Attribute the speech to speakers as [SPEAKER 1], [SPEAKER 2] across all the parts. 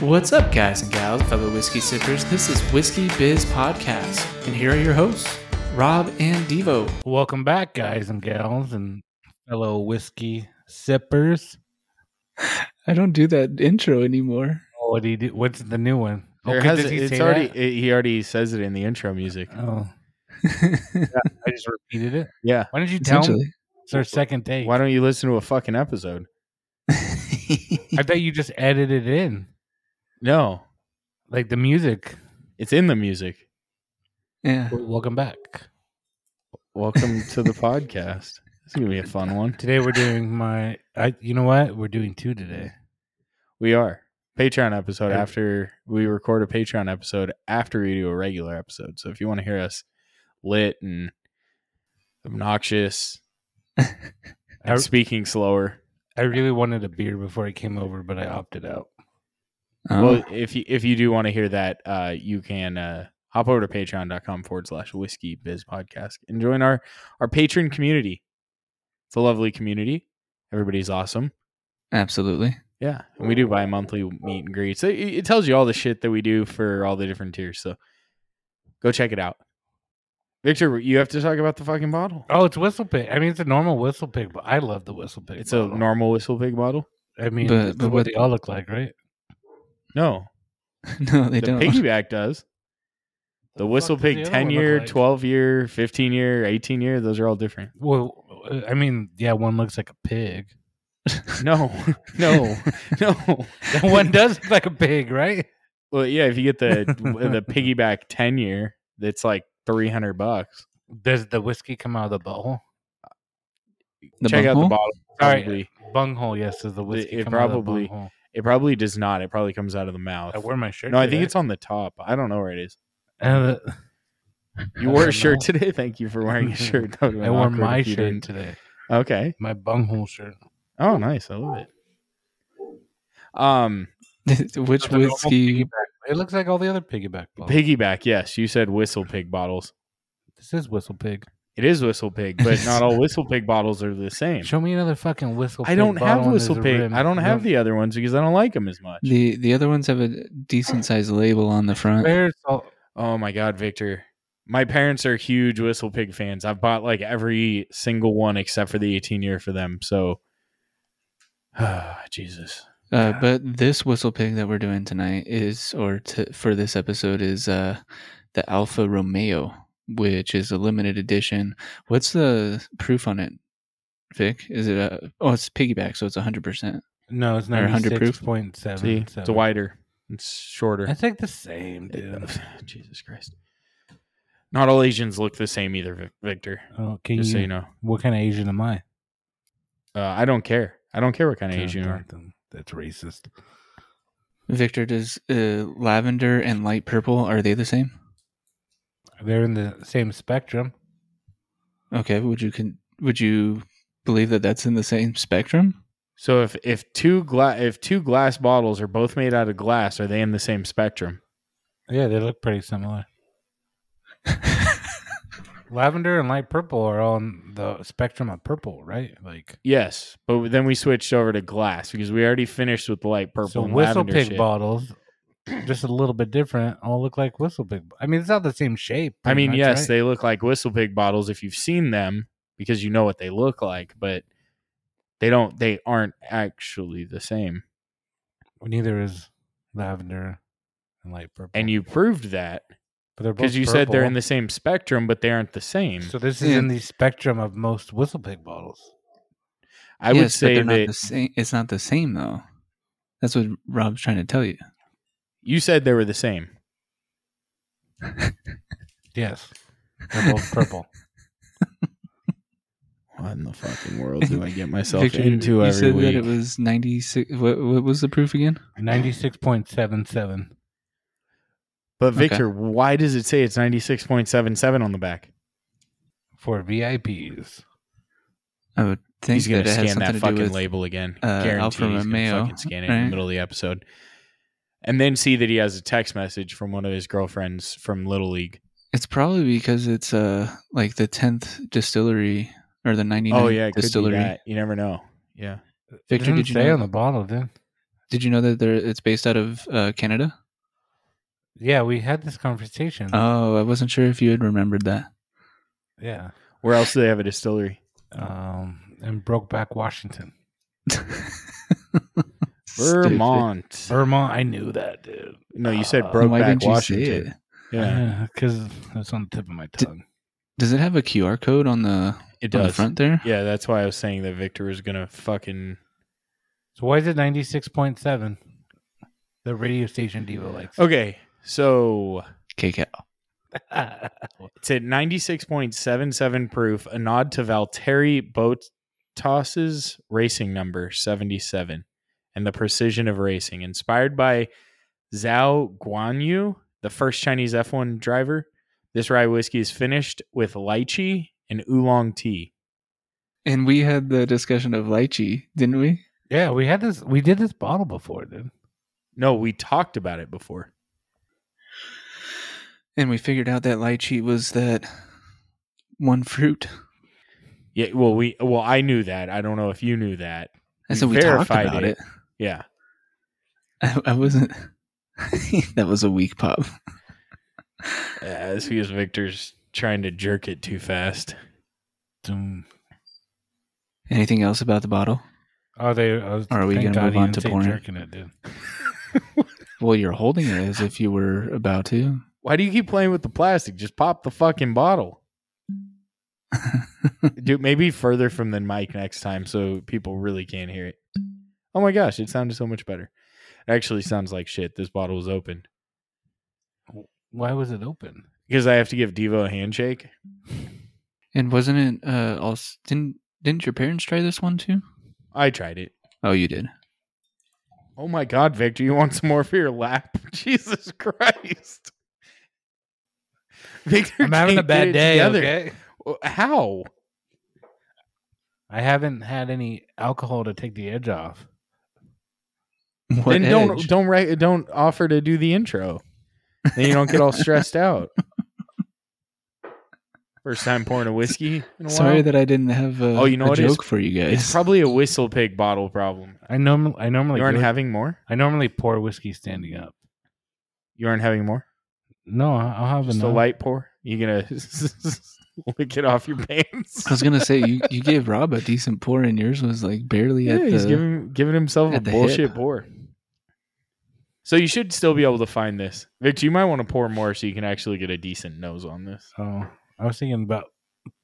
[SPEAKER 1] What's up, guys and gals, fellow whiskey sippers? This is Whiskey Biz Podcast, and here are your hosts, Rob and Devo.
[SPEAKER 2] Welcome back, guys and gals, and fellow whiskey sippers.
[SPEAKER 1] I don't do that intro anymore.
[SPEAKER 2] Oh, What do you do? What's the new one?
[SPEAKER 3] There
[SPEAKER 2] Okay,
[SPEAKER 3] has,
[SPEAKER 2] does he
[SPEAKER 3] it's
[SPEAKER 2] say
[SPEAKER 3] already
[SPEAKER 2] that?
[SPEAKER 3] it, he already says it in the intro music.
[SPEAKER 2] Oh,
[SPEAKER 1] Essentially.
[SPEAKER 2] yeah, I just repeated it.
[SPEAKER 3] Yeah.
[SPEAKER 2] Why did not you tell me? It's our second take.
[SPEAKER 3] Why don't you listen to a fucking episode?
[SPEAKER 2] I thought you just edited in
[SPEAKER 3] No,
[SPEAKER 2] like the music.
[SPEAKER 3] it's in the music.
[SPEAKER 1] yeah.
[SPEAKER 2] Well, Welcome back.
[SPEAKER 3] Welcome to the podcast. It's gonna be a fun one.
[SPEAKER 2] Today we're doing my. I. You know what? We're doing two today.
[SPEAKER 3] We are Patreon episode
[SPEAKER 2] Yeah.
[SPEAKER 3] after we record a Patreon episode after we do a regular episode. So if you want to hear us lit and obnoxious,
[SPEAKER 2] I,
[SPEAKER 3] and speaking slower,
[SPEAKER 2] I really wanted a beer before I came over, but I opted out.
[SPEAKER 1] Oh,
[SPEAKER 3] Well, if you if you do want to hear that, uh, you can uh, hop over to patreon.com forward slash whiskey biz podcast and join our our patron community. It's a lovely community. Everybody's awesome.
[SPEAKER 1] absolutely.
[SPEAKER 3] Yeah. And we do bi monthly meet and greets. It, it tells you all the shit that we do for all the different tiers. So go check it out. Victor, you have to talk about the fucking bottle.
[SPEAKER 2] Oh, it's whistle pig. I mean, it's a normal whistle pig, but I love the whistle pig.
[SPEAKER 3] It's a
[SPEAKER 2] bottle.
[SPEAKER 3] normal whistle pig bottle.
[SPEAKER 2] I mean,
[SPEAKER 1] But-
[SPEAKER 2] that's
[SPEAKER 1] but
[SPEAKER 2] what
[SPEAKER 1] what-
[SPEAKER 2] they all look like, right?
[SPEAKER 3] No,
[SPEAKER 1] No, they
[SPEAKER 3] the
[SPEAKER 1] don't.
[SPEAKER 3] piggyback does. The
[SPEAKER 2] fuck
[SPEAKER 3] whistle
[SPEAKER 2] does
[SPEAKER 3] pig
[SPEAKER 2] the other
[SPEAKER 3] 10
[SPEAKER 2] one look
[SPEAKER 3] year,
[SPEAKER 2] like?
[SPEAKER 3] 12 year, 15 year, 18 year, those are all different.
[SPEAKER 2] Well, uh, I mean, yeah, one looks like a pig.
[SPEAKER 3] No, no, no.
[SPEAKER 2] That one does look like a pig, right?
[SPEAKER 3] Well, yeah, if you get the the piggyback ten year, it's like three hundred bucks.
[SPEAKER 2] Does the whiskey come out of the butthole?
[SPEAKER 1] The
[SPEAKER 3] Check out
[SPEAKER 1] bunghole?
[SPEAKER 3] the bottle.
[SPEAKER 2] Sorry.
[SPEAKER 3] Probably,
[SPEAKER 2] Bunghole, yes. Does the whiskey
[SPEAKER 3] it
[SPEAKER 2] come
[SPEAKER 3] probably-
[SPEAKER 2] out of the bunghole?
[SPEAKER 3] it probably does not. It probably comes out of the mouth.
[SPEAKER 2] I wore my shirt.
[SPEAKER 3] No, I think
[SPEAKER 2] today.
[SPEAKER 3] it's on the top. I don't know where it is.
[SPEAKER 2] Uh,
[SPEAKER 3] You
[SPEAKER 2] I
[SPEAKER 3] wore
[SPEAKER 2] don't
[SPEAKER 3] a shirt
[SPEAKER 2] know.
[SPEAKER 3] today. Thank you for wearing a shirt. That would've been
[SPEAKER 2] I wore
[SPEAKER 3] awkward
[SPEAKER 2] my
[SPEAKER 3] if you
[SPEAKER 2] shirt
[SPEAKER 3] didn't.
[SPEAKER 2] today.
[SPEAKER 3] Okay.
[SPEAKER 2] My bunghole shirt.
[SPEAKER 3] Oh, nice. I love it. Um,
[SPEAKER 1] Which
[SPEAKER 2] It's a normal
[SPEAKER 1] whiskey?
[SPEAKER 2] piggyback. It looks like all the other piggyback bottles.
[SPEAKER 3] piggyback. Yes, you said whistle pig bottles.
[SPEAKER 2] This is whistle pig.
[SPEAKER 3] It is whistle pig, but not all whistle pig bottles are the same.
[SPEAKER 2] Show me another fucking whistle.
[SPEAKER 3] I
[SPEAKER 2] pig
[SPEAKER 3] don't have
[SPEAKER 2] bottle and there's
[SPEAKER 3] whistle
[SPEAKER 2] a
[SPEAKER 3] pig.
[SPEAKER 2] rim.
[SPEAKER 3] I don't
[SPEAKER 2] You
[SPEAKER 3] have the other ones because I don't like them as much.
[SPEAKER 1] The the other ones have a decent sized label on the front.
[SPEAKER 2] Where's all-
[SPEAKER 3] Oh my god, Victor. My parents are huge Whistle Pig fans. I've bought like every single one except for the 18 year for them. So Jesus.
[SPEAKER 1] Uh, but this whistle pig that we're doing tonight is, or t- for this episode is, uh, the Alfa Romeo, which is a limited edition. What's the proof on it, Vic? Is it a? Oh, it's piggyback, so it's hundred percent.
[SPEAKER 2] No, it's
[SPEAKER 1] Or 100 proof?
[SPEAKER 2] 96.7.
[SPEAKER 3] See, it's wider. It's shorter.
[SPEAKER 2] It's like the same, dude.
[SPEAKER 3] Jesus Christ. Not all Asians look the same either, Vic- Victor.
[SPEAKER 2] Oh, can
[SPEAKER 3] Just
[SPEAKER 2] you,
[SPEAKER 3] so you know.
[SPEAKER 2] What kind of Asian am I?
[SPEAKER 3] Uh, I don't care. I don't care what kind of
[SPEAKER 2] Dun,
[SPEAKER 3] Asian you
[SPEAKER 2] dun,
[SPEAKER 3] are.
[SPEAKER 2] dun. That's racist.
[SPEAKER 1] Victor, does uh, lavender and light purple are they the same?
[SPEAKER 2] They're in the same spectrum.
[SPEAKER 1] Okay, would you con- would you believe that that's in the same spectrum?
[SPEAKER 3] So if if two gla- if two glass bottles are both made out of glass, are they in the same spectrum?
[SPEAKER 2] Yeah, they look pretty similar. Lavender and light purple are on the spectrum of purple, right? Like
[SPEAKER 3] Yes, but then we switched over to glass because we already finished with the light purple
[SPEAKER 2] so
[SPEAKER 3] and
[SPEAKER 2] whistle
[SPEAKER 3] lavender
[SPEAKER 2] pig
[SPEAKER 3] shit.
[SPEAKER 2] bottles, just a little bit different, all look like whistle pig. I mean, it's not the same shape.
[SPEAKER 3] I
[SPEAKER 2] pretty
[SPEAKER 3] mean,
[SPEAKER 2] much,
[SPEAKER 3] yes,
[SPEAKER 2] right?
[SPEAKER 3] they look like whistle pig bottles if you've seen them because you know what they look like, but they don't. They aren't actually the same.
[SPEAKER 2] neither is lavender and light purple.
[SPEAKER 3] And you proved that
[SPEAKER 2] but they're both
[SPEAKER 3] because you said they're in
[SPEAKER 2] purple.
[SPEAKER 3] the same spectrum, but they aren't the same.
[SPEAKER 2] So this is
[SPEAKER 1] Yeah.
[SPEAKER 2] in the spectrum of most whistle pig bottles.
[SPEAKER 3] I would
[SPEAKER 1] Yes, but
[SPEAKER 3] say
[SPEAKER 1] they're
[SPEAKER 3] that
[SPEAKER 1] not the same. It's not the same though. That's what Rob's trying to tell you.
[SPEAKER 3] you said they were the same.
[SPEAKER 2] Yes, they're both purple.
[SPEAKER 3] What in the fucking world do I get myself
[SPEAKER 1] Victor,
[SPEAKER 3] into
[SPEAKER 1] you
[SPEAKER 3] every
[SPEAKER 1] said that
[SPEAKER 3] week?
[SPEAKER 1] it was 96 what, what was the proof again
[SPEAKER 2] Ninety-six point seven seven.
[SPEAKER 3] but
[SPEAKER 1] Okay.
[SPEAKER 3] Victor, why does it say it's ninety six point seven seven on the back?
[SPEAKER 2] for VIPs.
[SPEAKER 1] i would think
[SPEAKER 3] He's gonna
[SPEAKER 1] that it has
[SPEAKER 3] scan that
[SPEAKER 1] something to
[SPEAKER 3] fucking
[SPEAKER 1] do with
[SPEAKER 3] label again.
[SPEAKER 1] uh,
[SPEAKER 3] Guaranteed
[SPEAKER 1] Alfa
[SPEAKER 3] he's gonna
[SPEAKER 1] Romeo,
[SPEAKER 3] fucking scan it in
[SPEAKER 1] right?
[SPEAKER 3] the middle of the episode. And then see that he has a text message from one of his girlfriends from Little League.
[SPEAKER 1] it's probably because it's uh like the 10th distillery or the 99th
[SPEAKER 3] oh yeah, it could be
[SPEAKER 1] distillery
[SPEAKER 3] that. You never know. Yeah.
[SPEAKER 1] victor
[SPEAKER 2] Didn't
[SPEAKER 1] did you
[SPEAKER 2] say
[SPEAKER 1] know
[SPEAKER 2] on the bottle, dude?
[SPEAKER 1] Did you know that there, it's based out of uh, Canada?
[SPEAKER 2] Yeah, we had this conversation.
[SPEAKER 3] Mm-hmm.
[SPEAKER 1] Oh, I wasn't sure if you had remembered that.
[SPEAKER 2] yeah.
[SPEAKER 3] Where else do they have a distillery?
[SPEAKER 1] Uh-huh.
[SPEAKER 2] Um, and Brokeback Washington.
[SPEAKER 1] Stupid.
[SPEAKER 3] Vermont.
[SPEAKER 2] Vermont. I knew that, dude.
[SPEAKER 3] No, you said
[SPEAKER 2] Uh,
[SPEAKER 1] Why
[SPEAKER 3] Brokeback
[SPEAKER 1] didn't you say
[SPEAKER 3] Washington.
[SPEAKER 1] it? Uh-huh.
[SPEAKER 3] Yeah,
[SPEAKER 2] Because it's on the tip of my
[SPEAKER 1] D-
[SPEAKER 2] tongue.
[SPEAKER 1] Does it have a QR code on the,
[SPEAKER 3] it
[SPEAKER 1] on the
[SPEAKER 3] does.
[SPEAKER 1] front there?
[SPEAKER 3] Yeah, that's why I was saying that Victor was gonna fucking.
[SPEAKER 2] So why is it 96.7? The radio station Devo likes.
[SPEAKER 1] Oh.
[SPEAKER 3] Okay, so
[SPEAKER 1] KCAL.
[SPEAKER 3] it's at ninety six point seven seven proof, a nod to Valtteri Bottas's racing number seventy seven, and the precision of racing, inspired by Zhao Guanyu, the first Chinese F one driver. This rye whiskey is finished with lychee and oolong tea.
[SPEAKER 1] And we had the discussion of lychee, didn't we?
[SPEAKER 2] yeah, we had this. We did this bottle before, dude.
[SPEAKER 3] No, we talked about it before.
[SPEAKER 1] And we figured out that lychee was that one fruit.
[SPEAKER 3] Yeah, well, we well, I knew that. I don't know if you knew that.
[SPEAKER 1] I
[SPEAKER 3] You
[SPEAKER 1] said we talked
[SPEAKER 3] verified
[SPEAKER 1] about it.
[SPEAKER 3] it. Yeah,
[SPEAKER 1] I, I wasn't. that was a weak pop.
[SPEAKER 3] uh, this was Victor's trying to jerk it too fast.
[SPEAKER 2] Zoom.
[SPEAKER 1] Anything else about the bottle?
[SPEAKER 2] Are Oh, they? I was-
[SPEAKER 1] Are we gonna
[SPEAKER 2] thank God
[SPEAKER 1] move
[SPEAKER 2] you
[SPEAKER 1] on
[SPEAKER 2] didn't
[SPEAKER 1] to
[SPEAKER 2] say
[SPEAKER 1] porn?
[SPEAKER 2] jerking it, dude.
[SPEAKER 1] Well, you're holding it as if you were about to.
[SPEAKER 3] Why do you keep playing with the plastic? Just pop the fucking bottle. Dude, maybe further from the mic next time so people really can't hear it. Oh my gosh, it sounded so much better. It actually sounds like shit. This bottle is open.
[SPEAKER 2] Why was it open?
[SPEAKER 3] Because I have to give Devo a handshake.
[SPEAKER 1] and wasn't it? Uh, also, didn't didn't your parents try this one too?
[SPEAKER 3] I tried it.
[SPEAKER 1] Oh, you did.
[SPEAKER 3] Oh my god, Victor, you want some more for your lap? Jesus Christ. Victor
[SPEAKER 2] I'm having a
[SPEAKER 3] can't get
[SPEAKER 2] bad
[SPEAKER 3] it
[SPEAKER 2] day.
[SPEAKER 3] together.
[SPEAKER 2] Okay.
[SPEAKER 3] Well, How?
[SPEAKER 2] I haven't had any alcohol to take the edge off.
[SPEAKER 1] What
[SPEAKER 3] then don't
[SPEAKER 1] edge?
[SPEAKER 3] don't write don't offer to do the intro. Then you don't get all stressed out. First time pouring a whiskey in a
[SPEAKER 1] Sorry
[SPEAKER 3] while.
[SPEAKER 1] that I didn't have a,
[SPEAKER 3] Oh, you know
[SPEAKER 1] a
[SPEAKER 3] what it is?
[SPEAKER 1] joke for you
[SPEAKER 3] it's
[SPEAKER 1] guys.
[SPEAKER 3] probably a whistle pig bottle problem.
[SPEAKER 2] I normally, I normally,
[SPEAKER 3] you aren't
[SPEAKER 2] do it-
[SPEAKER 3] having more?
[SPEAKER 2] I normally pour whiskey standing up.
[SPEAKER 3] You aren't having more?
[SPEAKER 2] No, I- I'll have
[SPEAKER 3] Just a
[SPEAKER 2] another.
[SPEAKER 3] light pour? You gonna lick it off your pants?
[SPEAKER 1] I was gonna say you, you gave Rob a decent pour, and yours was like barely
[SPEAKER 3] Yeah,
[SPEAKER 1] at
[SPEAKER 3] he's
[SPEAKER 1] the.
[SPEAKER 3] giving giving himself a
[SPEAKER 1] at the
[SPEAKER 3] bullshit
[SPEAKER 1] hip.
[SPEAKER 3] pour. So you should still be able to find this, Victor. You might want to pour more so you can actually get a decent nose on this.
[SPEAKER 2] Oh, I was thinking about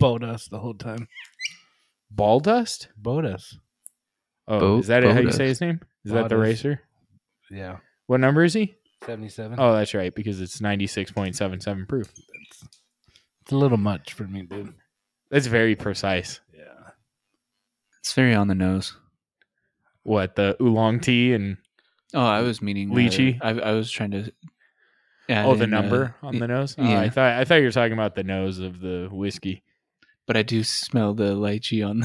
[SPEAKER 2] Bodas the whole time.
[SPEAKER 3] Ball dust?
[SPEAKER 2] Bodas.
[SPEAKER 3] Oh,
[SPEAKER 1] Bo-
[SPEAKER 3] is that it, how you
[SPEAKER 1] Bodas.
[SPEAKER 3] say his name? Is that the
[SPEAKER 2] Bodas.
[SPEAKER 3] racer?
[SPEAKER 2] Yeah.
[SPEAKER 3] What number is he?
[SPEAKER 2] 77.
[SPEAKER 3] Oh, that's right, because it's ninety six point seven seven proof.
[SPEAKER 2] It's a little much for me, dude.
[SPEAKER 3] That's very precise.
[SPEAKER 2] Yeah.
[SPEAKER 1] It's very on the nose.
[SPEAKER 3] What the oolong tea and
[SPEAKER 1] Oh, I was meaning uh,
[SPEAKER 3] Lychee?
[SPEAKER 1] I, I was trying to. add
[SPEAKER 3] oh the
[SPEAKER 1] in, uh,
[SPEAKER 3] number on the nose. Oh, I
[SPEAKER 1] yeah.
[SPEAKER 3] thought I thought you were talking about the nose of the whiskey.
[SPEAKER 1] but I do smell the lychee on.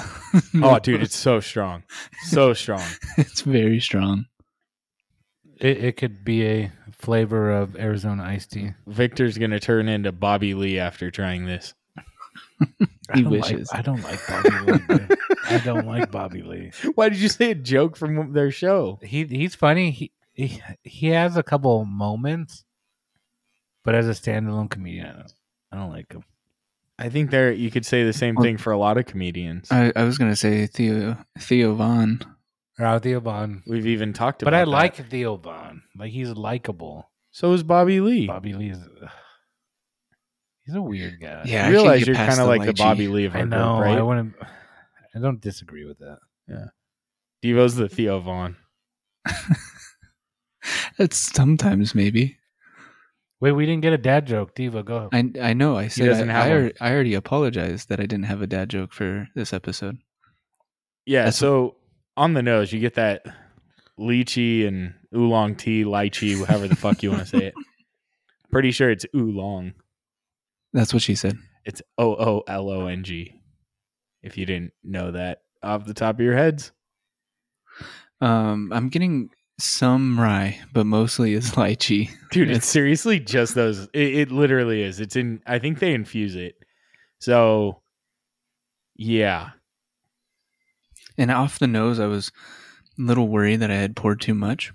[SPEAKER 3] Oh, dude, it's so strong, so strong.
[SPEAKER 1] it's very strong.
[SPEAKER 2] It, it could be a flavor of Arizona iced tea.
[SPEAKER 3] Victor's gonna turn into Bobby Lee after trying this.
[SPEAKER 2] I
[SPEAKER 1] He
[SPEAKER 2] don't
[SPEAKER 1] wishes.
[SPEAKER 2] Like, I don't like Bobby Lee. dude. I don't like Bobby Lee.
[SPEAKER 3] Why did you say a joke from their show?
[SPEAKER 2] He he's funny. He he, he has a couple moments, but as a standalone comedian, I don't, I don't like him.
[SPEAKER 3] I think there you could say the same
[SPEAKER 1] Well-
[SPEAKER 3] thing for a lot of comedians.
[SPEAKER 1] I, I was gonna say Theo Theo Vaughn.
[SPEAKER 2] Or Theo Vaughn,
[SPEAKER 3] We've even talked about
[SPEAKER 2] but I
[SPEAKER 3] that.
[SPEAKER 2] like Theo Vaughn. Like he's likable.
[SPEAKER 3] so is Bobby Lee.
[SPEAKER 2] Bobby Lee's ugh. he's a weird guy.
[SPEAKER 1] Yeah,
[SPEAKER 3] Uh, You
[SPEAKER 1] I
[SPEAKER 3] realize
[SPEAKER 1] can't get
[SPEAKER 3] you're
[SPEAKER 1] past
[SPEAKER 3] kind of like the
[SPEAKER 1] lychee.
[SPEAKER 3] Bobby Lee of our
[SPEAKER 2] I know.
[SPEAKER 3] group, right?
[SPEAKER 2] I wouldn't. I don't disagree with that.
[SPEAKER 3] Devo's the Theo Vaughn.
[SPEAKER 1] It's sometimes maybe.
[SPEAKER 2] Wait, we didn't get a dad joke, Diva. Go.
[SPEAKER 1] I I know. I said
[SPEAKER 3] doesn't
[SPEAKER 1] I,
[SPEAKER 3] have
[SPEAKER 1] I,
[SPEAKER 3] one.
[SPEAKER 1] al- I already apologized that I didn't have a dad joke for this episode.
[SPEAKER 3] Yeah.
[SPEAKER 1] That's-
[SPEAKER 3] so on the nose, you get that lychee and oolong tea, lychee, however the fuck you want to say it. Pretty sure it's oolong.
[SPEAKER 1] That's what she said.
[SPEAKER 3] It's O O L O N G. If you didn't know that off the top of your heads,
[SPEAKER 1] Um, I'm getting some rye, but mostly it's lychee.
[SPEAKER 3] dude, it's
[SPEAKER 1] It's-
[SPEAKER 3] seriously just those. It, it literally is. It's in. I think they infuse it. So, yeah,
[SPEAKER 1] And off the nose, I was little worried that I had poured too much.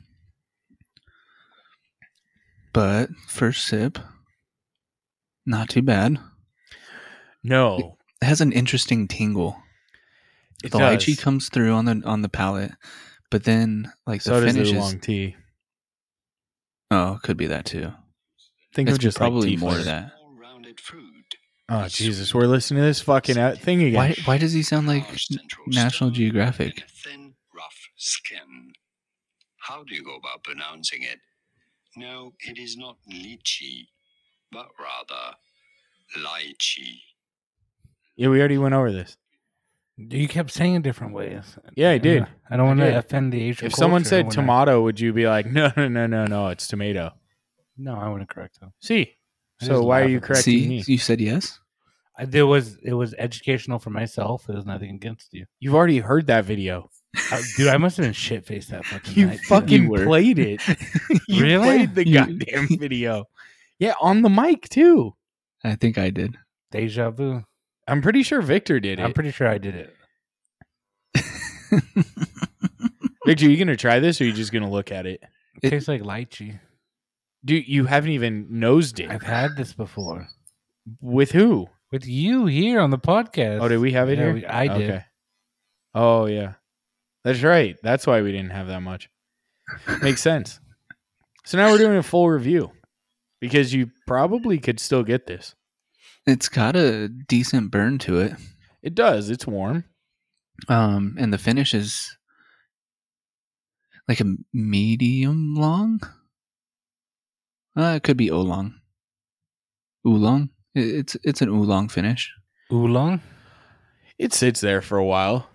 [SPEAKER 1] But first sip, not too bad.
[SPEAKER 3] No,
[SPEAKER 1] It has an interesting tingle.
[SPEAKER 3] it
[SPEAKER 1] the
[SPEAKER 3] does.
[SPEAKER 1] lychee comes through on the on the palate, but then like
[SPEAKER 3] so
[SPEAKER 1] the
[SPEAKER 3] does the
[SPEAKER 1] finish is
[SPEAKER 3] oolong tea.
[SPEAKER 1] oh, could be that too.
[SPEAKER 3] Think
[SPEAKER 1] It's
[SPEAKER 3] of just
[SPEAKER 1] probably
[SPEAKER 3] like tea
[SPEAKER 1] more of
[SPEAKER 3] flavor.
[SPEAKER 1] that.
[SPEAKER 3] Oh Jesus, we're listening to this fucking out thing again.
[SPEAKER 1] Why why does he sound like National Geographic?
[SPEAKER 4] Thin, rough skin. How do you go about pronouncing it? No, it is not lychee, but rather lychee.
[SPEAKER 3] Yeah, we already went over this.
[SPEAKER 2] You kept saying it different ways.
[SPEAKER 3] Yeah, I
[SPEAKER 2] I'm
[SPEAKER 3] did.
[SPEAKER 2] not- I don't want
[SPEAKER 3] I did.
[SPEAKER 2] to offend the Asian.
[SPEAKER 3] If someone
[SPEAKER 2] culture
[SPEAKER 3] said
[SPEAKER 2] when I-
[SPEAKER 3] tomato, would you be like, no, no, no, no, no, it's tomato?
[SPEAKER 2] no, I wouldn't correct them.
[SPEAKER 3] See,
[SPEAKER 2] I
[SPEAKER 3] so
[SPEAKER 2] just
[SPEAKER 3] why are
[SPEAKER 2] laugh
[SPEAKER 3] you
[SPEAKER 2] at that.
[SPEAKER 3] correcting
[SPEAKER 1] See,
[SPEAKER 3] me?
[SPEAKER 1] you said yes.
[SPEAKER 2] I, there was it was educational for myself. It was nothing against you,
[SPEAKER 3] You've already heard that video.
[SPEAKER 2] I, dude. I must have been shit faced that fucking
[SPEAKER 3] You
[SPEAKER 2] night. dude.
[SPEAKER 3] fucking
[SPEAKER 1] You were.
[SPEAKER 3] played it. you
[SPEAKER 2] Really?
[SPEAKER 3] played the
[SPEAKER 1] You-
[SPEAKER 3] goddamn video. Yeah, on the mic too.
[SPEAKER 1] I think I did.
[SPEAKER 2] deja vu.
[SPEAKER 3] I'm pretty sure Victor did it.
[SPEAKER 2] I'm pretty sure I did it.
[SPEAKER 3] Victor, you gonna try this or you just gonna look at it?
[SPEAKER 2] It,
[SPEAKER 1] It-
[SPEAKER 2] tastes like lychee.
[SPEAKER 3] Dude, you haven't even nosed it.
[SPEAKER 2] I've had this before
[SPEAKER 3] With who?
[SPEAKER 2] with you here on the podcast.
[SPEAKER 3] Oh, did we have it
[SPEAKER 2] Yeah,
[SPEAKER 3] here?
[SPEAKER 2] we- I did.
[SPEAKER 3] Oh yeah, that's right. That's why we didn't have that much. Makes sense. So now we're doing a full review because you probably could still get this.
[SPEAKER 1] It's got a decent burn to it.
[SPEAKER 3] It does. It's warm.
[SPEAKER 1] Um, and the finish is like a medium long. Uh, it could be oolong. Oolong. I- It's it's an oolong finish.
[SPEAKER 2] Oolong.
[SPEAKER 3] It sits there for a while.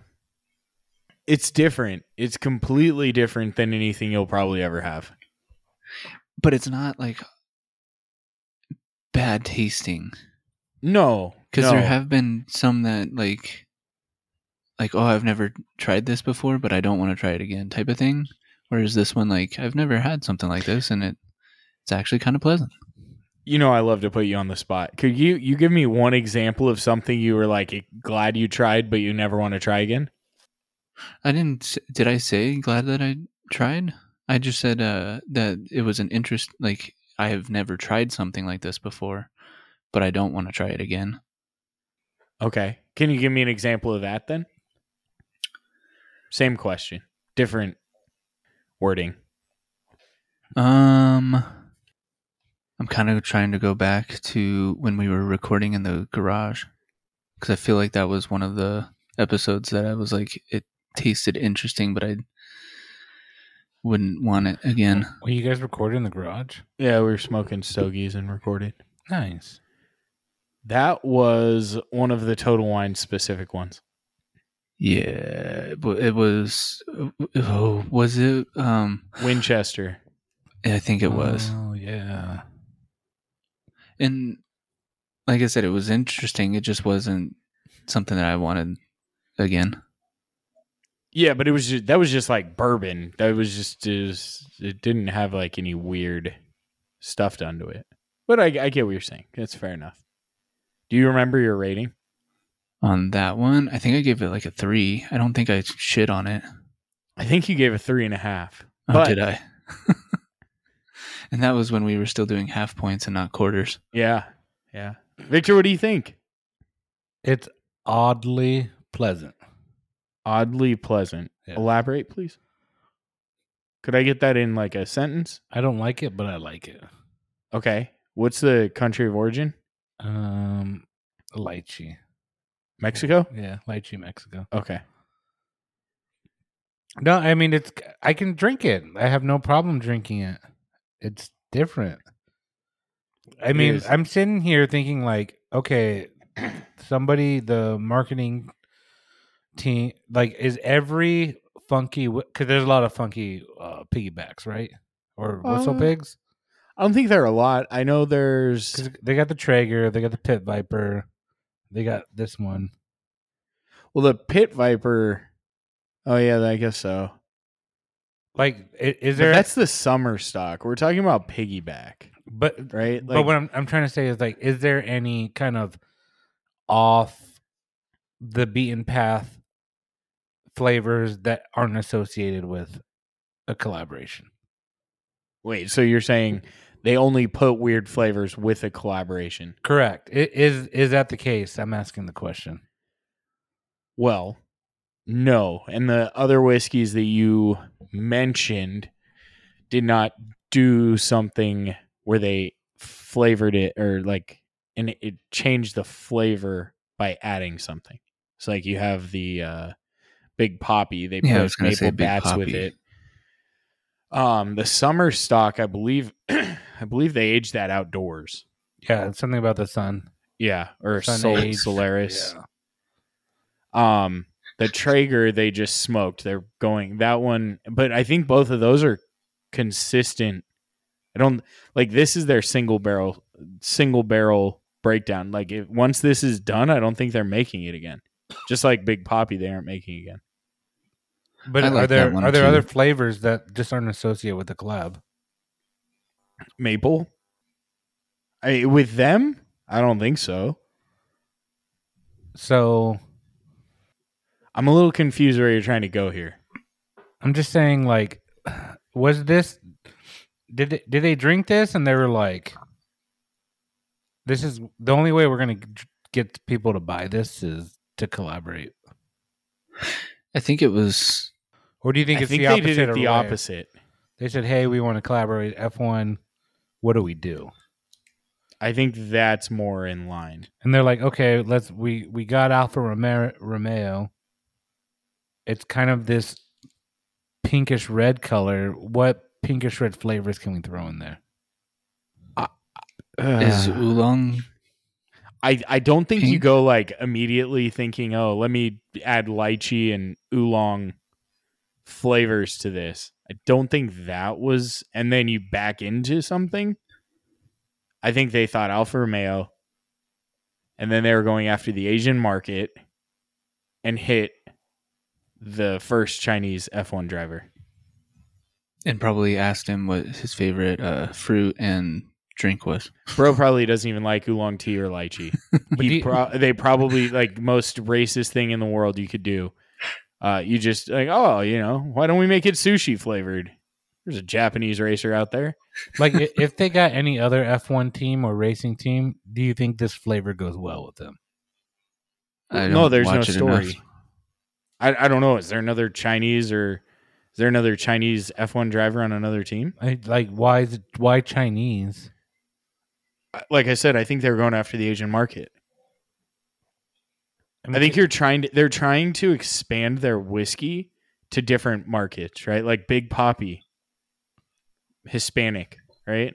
[SPEAKER 3] It's different. It's completely different than anything you'll probably ever have.
[SPEAKER 1] but it's not like bad tasting
[SPEAKER 3] No,
[SPEAKER 1] because
[SPEAKER 3] no.
[SPEAKER 1] there have been some that like like oh i've never tried this before but i don't want to try it again type of thing whereas this one like i've never had something like this and it it's actually kind of pleasant
[SPEAKER 3] you know I love to put you on the spot. Could you you give me one example of something you were like glad you tried but you never want to try again?
[SPEAKER 1] i didn't s- did i say glad that i tried i just said uh that it was an interest like i have never tried something like this before but i don't want to try it again
[SPEAKER 3] Okay. Can you give me an example of that then? Same question, different wording.
[SPEAKER 1] Um, I'm kind of trying to go back to when we were recording in the garage because I feel like that was one of the episodes that I was like, it tasted interesting, but I wouldn't want it again.
[SPEAKER 2] Were you guys recording in the garage?
[SPEAKER 3] Yeah, we were smoking stogies and recorded.
[SPEAKER 2] Nice.
[SPEAKER 3] That was one of the Total Wine specific ones.
[SPEAKER 1] Yeah, but it was. Oh, was it? Um,
[SPEAKER 3] Winchester.
[SPEAKER 1] I think it was.
[SPEAKER 3] Uh.
[SPEAKER 2] Oh yeah.
[SPEAKER 1] and like I said, it was interesting. It just wasn't something that I wanted again.
[SPEAKER 3] Yeah, but it was just, that was just like bourbon. That was just is it didn't have like any weird stuff done to it. But I, I get what you're saying. That's fair enough. Do you remember your rating?
[SPEAKER 1] on that one. I think I gave it like a three. I don't think I shit on it.
[SPEAKER 3] I think you gave a three and a half.
[SPEAKER 1] Oh,
[SPEAKER 3] But-
[SPEAKER 1] did I? and that was when we were still doing half points and not quarters.
[SPEAKER 3] Yeah, yeah. Victor, what do you think?
[SPEAKER 2] It's oddly pleasant.
[SPEAKER 3] Oddly pleasant.
[SPEAKER 2] Yeah.
[SPEAKER 3] Elaborate, please. Could I get that in like a sentence?
[SPEAKER 2] I don't like it, but I like it.
[SPEAKER 3] Okay. What's the country of origin?
[SPEAKER 2] Um, lychee.
[SPEAKER 3] Mexico.
[SPEAKER 2] Yeah, lychee, Mexico.
[SPEAKER 3] Okay.
[SPEAKER 2] No, I mean it's. I can drink it. I have no problem drinking it. It's different. I
[SPEAKER 3] It
[SPEAKER 2] mean,
[SPEAKER 3] is.
[SPEAKER 2] I'm sitting here thinking like, okay, somebody, the marketing team, like, is every funky because there's a lot of funky uh, piggybacks, right? Or whistle
[SPEAKER 3] Uh,
[SPEAKER 2] pigs.
[SPEAKER 3] I don't think there are a lot. I know there's
[SPEAKER 2] 'Cause they got the Traeger, they got the Pit Viper, they got this one.
[SPEAKER 3] well the pit viper. Oh yeah, I guess so.
[SPEAKER 2] Like, i- is
[SPEAKER 3] But
[SPEAKER 2] there?
[SPEAKER 3] that's the summer stock. We're talking about piggyback,
[SPEAKER 2] but
[SPEAKER 3] right? Like,
[SPEAKER 2] but what I'm I'm trying to say is like, is there any kind of off the beaten path flavors that aren't associated with a collaboration.
[SPEAKER 3] Wait, so you're saying they only put weird flavors with a collaboration?
[SPEAKER 2] Correct. I- Is is that the case? I'm asking the question.
[SPEAKER 3] Well, no. And the other whiskeys that you mentioned did not do something where they flavored it or like and it- it changed the flavor by adding something. So like you have the uh big poppy, they
[SPEAKER 1] Yeah, I
[SPEAKER 3] put
[SPEAKER 1] was gonna say
[SPEAKER 3] maple
[SPEAKER 1] Big
[SPEAKER 3] bats with
[SPEAKER 1] Poppy.
[SPEAKER 3] it. Um the summer stock, I believe I believe they aged that outdoors.
[SPEAKER 2] Yeah, it's something about the sun.
[SPEAKER 3] Yeah, or
[SPEAKER 2] Sun
[SPEAKER 3] Sol-
[SPEAKER 2] aged.
[SPEAKER 3] Solaris.
[SPEAKER 2] Yeah.
[SPEAKER 3] Um, the Traeger they just smoked. They're going that one, but I think both of those are consistent. I don't like this is their single barrel single barrel breakdown. Like if, once this is done, I don't think they're making it again. Just like Big Poppy, they aren't making it again.
[SPEAKER 2] But
[SPEAKER 1] I like
[SPEAKER 2] are
[SPEAKER 1] that
[SPEAKER 2] there
[SPEAKER 1] one,
[SPEAKER 2] are there
[SPEAKER 1] too.
[SPEAKER 2] other flavors that just aren't associated with the collab?
[SPEAKER 3] Maple, I, with them, I don't think so.
[SPEAKER 2] So
[SPEAKER 3] I'm a little confused where you're trying to go here.
[SPEAKER 2] I'm just saying, like, was this? Did they, did they drink this and they were like, "This is the only way we're gonna g- get people to buy this is to collaborate,"
[SPEAKER 1] I think it was
[SPEAKER 2] or do you think
[SPEAKER 3] I
[SPEAKER 2] it's
[SPEAKER 3] think
[SPEAKER 2] the
[SPEAKER 3] they
[SPEAKER 2] opposite?
[SPEAKER 3] did it
[SPEAKER 2] of
[SPEAKER 3] the
[SPEAKER 2] way?
[SPEAKER 3] opposite.
[SPEAKER 2] They said, "Hey, we want to collaborate F1. What do we do?"
[SPEAKER 3] I think that's more in line.
[SPEAKER 2] And they're like, "Okay, let's we we got Alfa Romeo. Romeo. It's kind of this pinkish red color. What pinkish red flavors can we throw in there?"
[SPEAKER 3] Uh.
[SPEAKER 1] is oolong.
[SPEAKER 3] I, I don't think you
[SPEAKER 1] Pink?
[SPEAKER 3] go like immediately thinking, oh, let me add lychee and oolong flavors to this. I don't think that was, and then you back into something. I think they thought Alfa Romeo, and then they were going after the Asian market and hit the first Chinese F1 driver.
[SPEAKER 1] and probably asked him what his favorite uh, fruit and drink was.
[SPEAKER 3] Bro probably doesn't even like oolong tea or lychee.
[SPEAKER 2] But do
[SPEAKER 3] He
[SPEAKER 2] you-
[SPEAKER 3] pro- they probably like most racist thing in the world you could do. Uh, you just like, oh, you know, why don't we make it sushi flavored? There's a Japanese racer out there.
[SPEAKER 2] like i- if they got any other F1 team or racing team, do you think this flavor goes well with them?
[SPEAKER 1] I
[SPEAKER 3] no,
[SPEAKER 1] don't
[SPEAKER 3] there's no
[SPEAKER 1] watch it enough.
[SPEAKER 3] story. I, I don't know. Is there another Chinese or is there another Chinese F1 driver on another team?
[SPEAKER 2] I, like why is it, why Chinese?
[SPEAKER 3] Uh, Like I said, I think they're going after the Asian market.
[SPEAKER 2] mean,
[SPEAKER 3] I think
[SPEAKER 2] c-
[SPEAKER 3] you're trying to, they're trying to expand their whiskey to different markets, right? Like Big Poppy, Hispanic, right?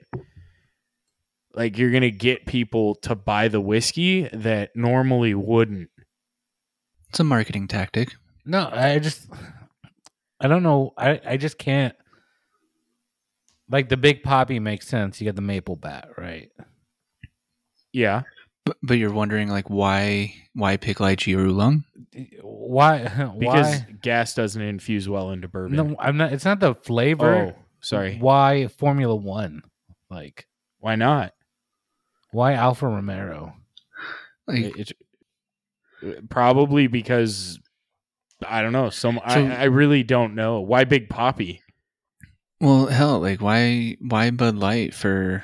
[SPEAKER 3] Like you're going to get people to buy the whiskey that normally wouldn't.
[SPEAKER 1] It's a marketing tactic.
[SPEAKER 2] no. I just I don't know. I I just can't. Like the big poppy makes sense. You got the maple bat, right?
[SPEAKER 3] Yeah.
[SPEAKER 1] But, but you're wondering like why why pick lychee or oolong?
[SPEAKER 2] Why?
[SPEAKER 3] Because
[SPEAKER 2] Why?
[SPEAKER 3] gas doesn't infuse well into bourbon.
[SPEAKER 2] No, I'm not. It's not the flavor.
[SPEAKER 3] oh, sorry.
[SPEAKER 2] Why Formula One? Like
[SPEAKER 3] Why not?
[SPEAKER 2] why Alfa Romero?
[SPEAKER 1] Like,
[SPEAKER 3] It- it- probably because I don't know. Some
[SPEAKER 1] So-
[SPEAKER 3] I, I really don't know. Why Big Poppy?
[SPEAKER 1] well, hell, like why why Bud Light for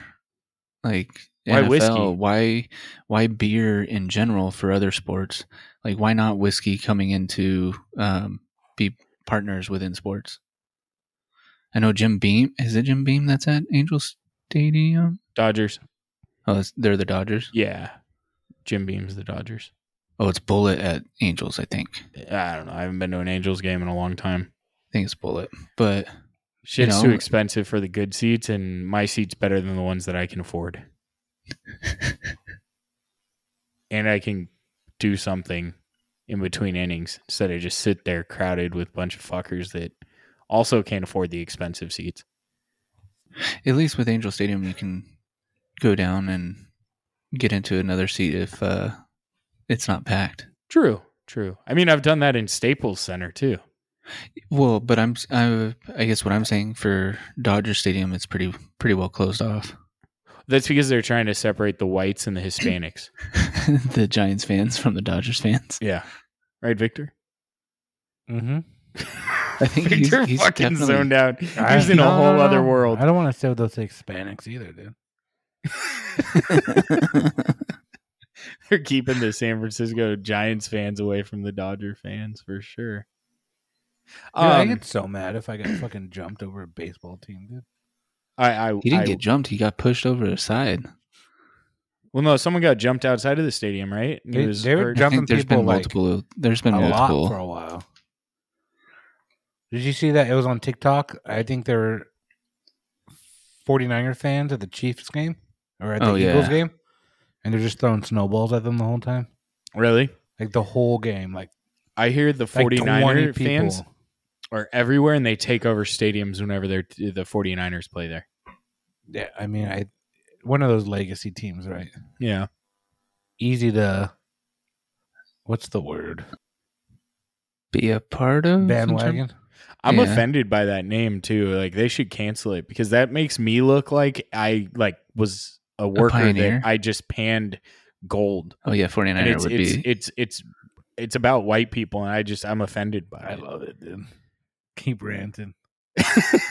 [SPEAKER 1] like
[SPEAKER 3] Why
[SPEAKER 1] NFL?
[SPEAKER 3] whiskey?
[SPEAKER 1] Why why beer in general for other sports? Like why not whiskey coming into um, be partners within sports? I know Jim Beam. Is it Jim Beam that's at Angel Stadium?
[SPEAKER 3] Dodgers.
[SPEAKER 1] Oh, it's- they're the Dodgers.
[SPEAKER 3] Yeah. Jim Beam's the Dodgers.
[SPEAKER 1] Oh, it's Bullet at Angels, I think.
[SPEAKER 3] I don't know. I haven't been to an Angels game in a long time.
[SPEAKER 1] I think it's Bullet, but
[SPEAKER 3] Shit's
[SPEAKER 1] know-
[SPEAKER 3] too expensive for the good seats, and my seat's better than the ones that I can afford. and I can do something in between innings instead of just sit there crowded with a bunch of fuckers that also can't afford the expensive seats.
[SPEAKER 1] at least with Angel Stadium, you can go down and get into another seat if uh, it's not packed.
[SPEAKER 3] True, true. I mean, I've done that in Staples Center too.
[SPEAKER 1] Well, but I'm I, I guess what I'm saying for Dodger Stadium, it's pretty pretty well closed off.
[SPEAKER 3] That's because they're trying to separate the whites and the Hispanics.
[SPEAKER 1] the Giants fans from the Dodgers fans.
[SPEAKER 3] yeah. Right, Victor?
[SPEAKER 2] Mm-hmm.
[SPEAKER 1] I think he's-
[SPEAKER 3] Victor
[SPEAKER 1] he's
[SPEAKER 3] fucking
[SPEAKER 1] definitely-
[SPEAKER 3] zoned out. He was in a
[SPEAKER 2] No, no,
[SPEAKER 3] whole
[SPEAKER 2] no,
[SPEAKER 3] other
[SPEAKER 2] no.
[SPEAKER 3] world.
[SPEAKER 2] I don't want to say those Hispanics either, dude.
[SPEAKER 3] They're keeping the San Francisco Giants fans away from the Dodger fans for sure.
[SPEAKER 2] Dude, I
[SPEAKER 3] Um,
[SPEAKER 2] get so mad if I got fucking jumped over a baseball team, dude.
[SPEAKER 3] I, I,
[SPEAKER 1] He didn't
[SPEAKER 3] I-
[SPEAKER 1] get jumped. He got pushed over the side.
[SPEAKER 3] well, no, someone got jumped outside of the stadium, right? And he
[SPEAKER 2] They-
[SPEAKER 3] was
[SPEAKER 2] they were
[SPEAKER 3] hurt.
[SPEAKER 1] I
[SPEAKER 2] jumping
[SPEAKER 1] think there's
[SPEAKER 2] people,
[SPEAKER 1] been
[SPEAKER 2] like,
[SPEAKER 1] multiple. there's been
[SPEAKER 2] a lot
[SPEAKER 1] multiple.
[SPEAKER 2] for a while. Did you see that? It was on TikTok. I think there were 49er fans at the Chiefs game or at the
[SPEAKER 1] Oh,
[SPEAKER 2] Eagles
[SPEAKER 1] yeah.
[SPEAKER 2] game, and they're just throwing snowballs at them the whole time,
[SPEAKER 3] really.
[SPEAKER 2] like the whole game, like
[SPEAKER 3] I hear the
[SPEAKER 2] like
[SPEAKER 3] 49er
[SPEAKER 2] 20 people.
[SPEAKER 3] fans are everywhere and they take over stadiums whenever they're, the 49ers play there.
[SPEAKER 2] Yeah, I mean, I one of those legacy teams, right?
[SPEAKER 3] Yeah.
[SPEAKER 2] Easy to. What's the word?
[SPEAKER 1] Be a part of in term-
[SPEAKER 2] Bandwagon.
[SPEAKER 3] I'm
[SPEAKER 1] Yeah.
[SPEAKER 3] offended by that name too. Like they should cancel it because that makes me look like I like was a worker
[SPEAKER 1] pioneer?
[SPEAKER 3] that I just panned gold.
[SPEAKER 1] Oh yeah, 49er
[SPEAKER 3] and it's
[SPEAKER 1] would
[SPEAKER 3] it's,
[SPEAKER 1] be.
[SPEAKER 3] it's it's it's about white people and I just I'm offended by
[SPEAKER 2] I
[SPEAKER 3] it.
[SPEAKER 2] love it, dude. Keep ranting.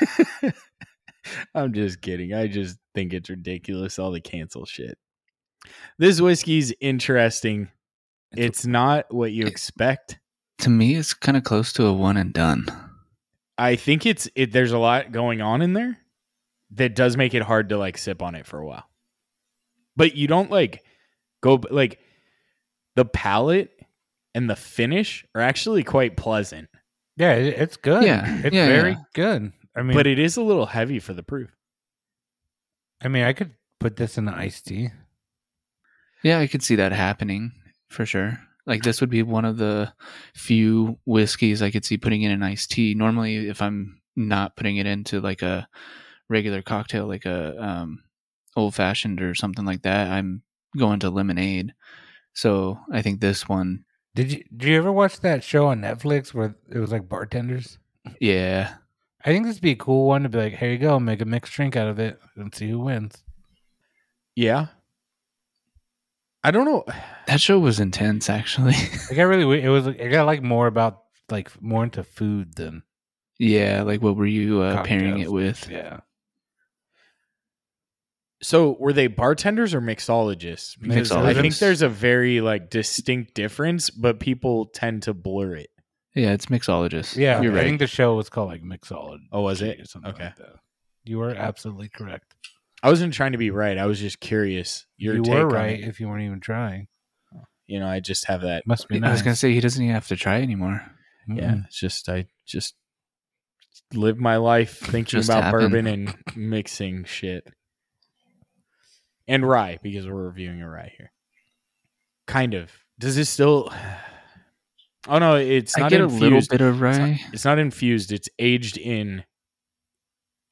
[SPEAKER 3] I'm just kidding. I just think it's ridiculous all the cancel shit. This whiskey's interesting. It's, not what you expect.
[SPEAKER 1] to me, it's kind of close to a one and done.
[SPEAKER 3] I think it's it. There's a lot going on in there that does make it hard to like sip on it for a while. But you don't like go like the palate and the finish are actually quite pleasant.
[SPEAKER 2] Yeah, it, it's good.
[SPEAKER 1] Yeah,
[SPEAKER 2] it's
[SPEAKER 1] yeah,
[SPEAKER 2] very
[SPEAKER 1] yeah.
[SPEAKER 2] good. I mean,
[SPEAKER 3] but it is a little heavy for the proof.
[SPEAKER 2] I mean, I could put this in an iced tea.
[SPEAKER 1] Yeah, I could see that happening for sure. Like this would be one of the few whiskeys I could see putting in an iced tea. Normally, if I'm not putting it into like a regular cocktail, like a um, old fashioned or something like that, I'm going to lemonade. So I think this one,
[SPEAKER 2] Did you Did you ever watch that show on Netflix where it was like bartenders?
[SPEAKER 1] yeah,
[SPEAKER 2] I think this would be a cool one to be like, here you go, make a mixed drink out of it and see who wins.
[SPEAKER 3] Yeah. I don't know.
[SPEAKER 1] that show was intense actually.
[SPEAKER 2] It got really weird. It was it got like more about like more into food than
[SPEAKER 1] yeah, like what were you uh, pairing
[SPEAKER 2] Cocktails.
[SPEAKER 1] it with?
[SPEAKER 2] yeah.
[SPEAKER 3] So were they bartenders or mixologists? Because I think
[SPEAKER 1] Mixologists.
[SPEAKER 3] there's a very like distinct difference, but people tend to blur it.
[SPEAKER 1] Yeah, it's mixologist.
[SPEAKER 2] Yeah,
[SPEAKER 1] you're
[SPEAKER 2] I
[SPEAKER 1] right.
[SPEAKER 2] think the show was called like Mixology.
[SPEAKER 3] Oh, was it?
[SPEAKER 2] or something
[SPEAKER 3] Okay.
[SPEAKER 2] like that. You were absolutely correct.
[SPEAKER 3] I wasn't trying to be right. I was just curious. Your
[SPEAKER 2] you
[SPEAKER 3] take
[SPEAKER 2] were
[SPEAKER 3] on
[SPEAKER 2] right
[SPEAKER 3] it.
[SPEAKER 2] if you weren't even trying.
[SPEAKER 3] You know, I just have that.
[SPEAKER 2] Must be
[SPEAKER 1] I was
[SPEAKER 2] nice.
[SPEAKER 1] gonna say he doesn't even have to try anymore.
[SPEAKER 3] Yeah,
[SPEAKER 1] Mm.
[SPEAKER 3] it's just I just live my life thinking
[SPEAKER 1] Just
[SPEAKER 3] about
[SPEAKER 1] happened.
[SPEAKER 3] bourbon and mixing shit and rye because we're reviewing a rye here. Kind of. Does this still? Oh no, it's
[SPEAKER 1] I
[SPEAKER 3] not
[SPEAKER 1] get
[SPEAKER 3] infused.
[SPEAKER 1] a little bit of
[SPEAKER 3] It's not-
[SPEAKER 1] rye.
[SPEAKER 3] It's not infused. It's aged in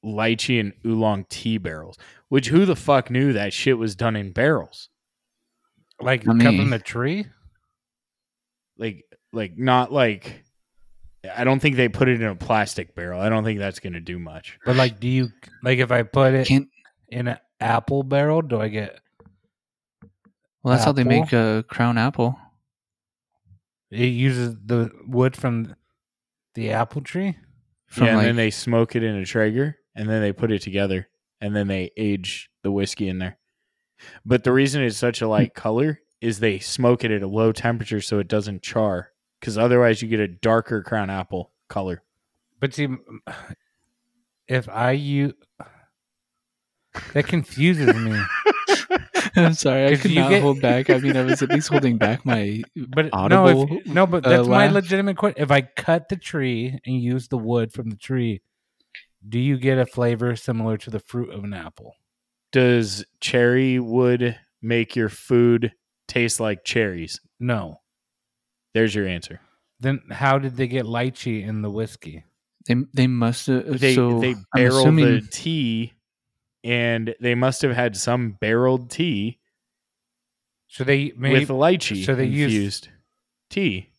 [SPEAKER 3] lychee and oolong tea barrels. Which who the fuck knew that shit was done in barrels?
[SPEAKER 2] Mm-hmm. Like
[SPEAKER 1] I
[SPEAKER 2] cut
[SPEAKER 1] mean-
[SPEAKER 2] from the tree?
[SPEAKER 3] Like, like not like. I don't think they put it in a plastic barrel. I don't think that's going to do much.
[SPEAKER 2] But like do you like if I put it
[SPEAKER 1] Can't
[SPEAKER 2] in an apple barrel, do I get
[SPEAKER 1] well, that's how they
[SPEAKER 2] Apple.
[SPEAKER 1] make a crown apple.
[SPEAKER 2] it uses the wood from the apple tree?
[SPEAKER 1] From
[SPEAKER 3] yeah, and
[SPEAKER 1] like,
[SPEAKER 3] then they smoke it in a Traeger, and then they put it together, and then they age the whiskey in there. But the reason it's such
[SPEAKER 1] Hmm.
[SPEAKER 3] a light color is they smoke it at a low temperature so it doesn't char, because otherwise you get a darker crown apple color.
[SPEAKER 2] But see if I you that confuses me.
[SPEAKER 1] I'm sorry, I
[SPEAKER 2] If
[SPEAKER 1] could
[SPEAKER 2] you
[SPEAKER 1] not
[SPEAKER 2] get-
[SPEAKER 1] hold back. I mean, I was at least holding back my.
[SPEAKER 2] But no,
[SPEAKER 1] Audible,
[SPEAKER 2] if, no, but
[SPEAKER 1] uh,
[SPEAKER 2] that's my
[SPEAKER 1] laugh.
[SPEAKER 2] legitimate question. If I cut the tree and use the wood from the tree, do you get a flavor similar to the fruit of an apple?
[SPEAKER 3] Does cherry wood make your food taste like cherries?
[SPEAKER 2] No.
[SPEAKER 3] There's your answer.
[SPEAKER 2] Then how did they get lychee in the whiskey?
[SPEAKER 1] They they must have.
[SPEAKER 3] They
[SPEAKER 1] so
[SPEAKER 3] they
[SPEAKER 1] I'm
[SPEAKER 3] barrel
[SPEAKER 1] assuming
[SPEAKER 3] the tea, and they must have had some barreled tea
[SPEAKER 2] So they made
[SPEAKER 3] with lychee
[SPEAKER 2] so they used-
[SPEAKER 3] infused tea.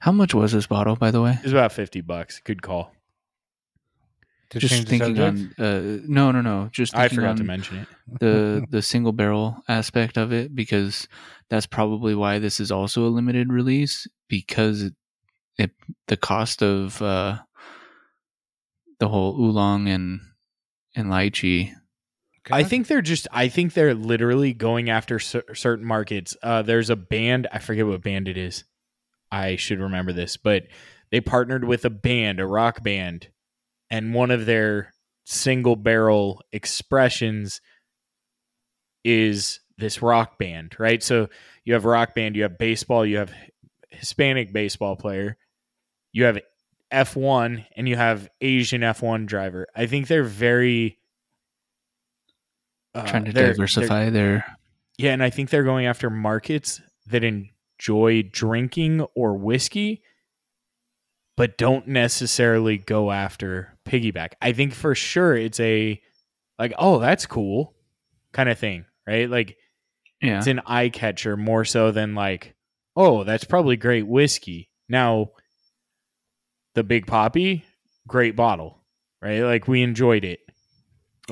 [SPEAKER 1] how much was this bottle, by the way?
[SPEAKER 3] It's about fifty bucks. Good call.
[SPEAKER 2] to
[SPEAKER 1] Just
[SPEAKER 2] change the
[SPEAKER 1] thinking
[SPEAKER 2] subject?
[SPEAKER 1] on. Uh, no, no, no. Just
[SPEAKER 3] I
[SPEAKER 1] thinking
[SPEAKER 3] forgot to
[SPEAKER 1] on
[SPEAKER 3] mention it.
[SPEAKER 1] the the single barrel aspect of it because that's probably why this is also a limited release because it, the cost of uh, the whole oolong and and lychee.
[SPEAKER 3] I think they're just. I think they're literally going after cer- certain markets. Uh, there's a band. I forget what band it is. I should remember this, but they partnered with a band, a rock band, and one of their single barrel expressions is this rock band, right? So you have rock band, you have baseball, you have Hispanic baseball player, you have F1, and you have Asian F1 driver. I think they're very uh,
[SPEAKER 1] trying to
[SPEAKER 3] they're- they're-
[SPEAKER 1] diversify their
[SPEAKER 3] yeah, and I think they're going after markets that enjoy drinking or whiskey, but don't necessarily go after piggyback. I think for sure it's a like, oh, that's cool kind of thing, right? Like
[SPEAKER 1] yeah.
[SPEAKER 3] it's an eye catcher more so than like, oh, that's probably great whiskey. Now, the Big Poppy, great bottle, right? Like we enjoyed it.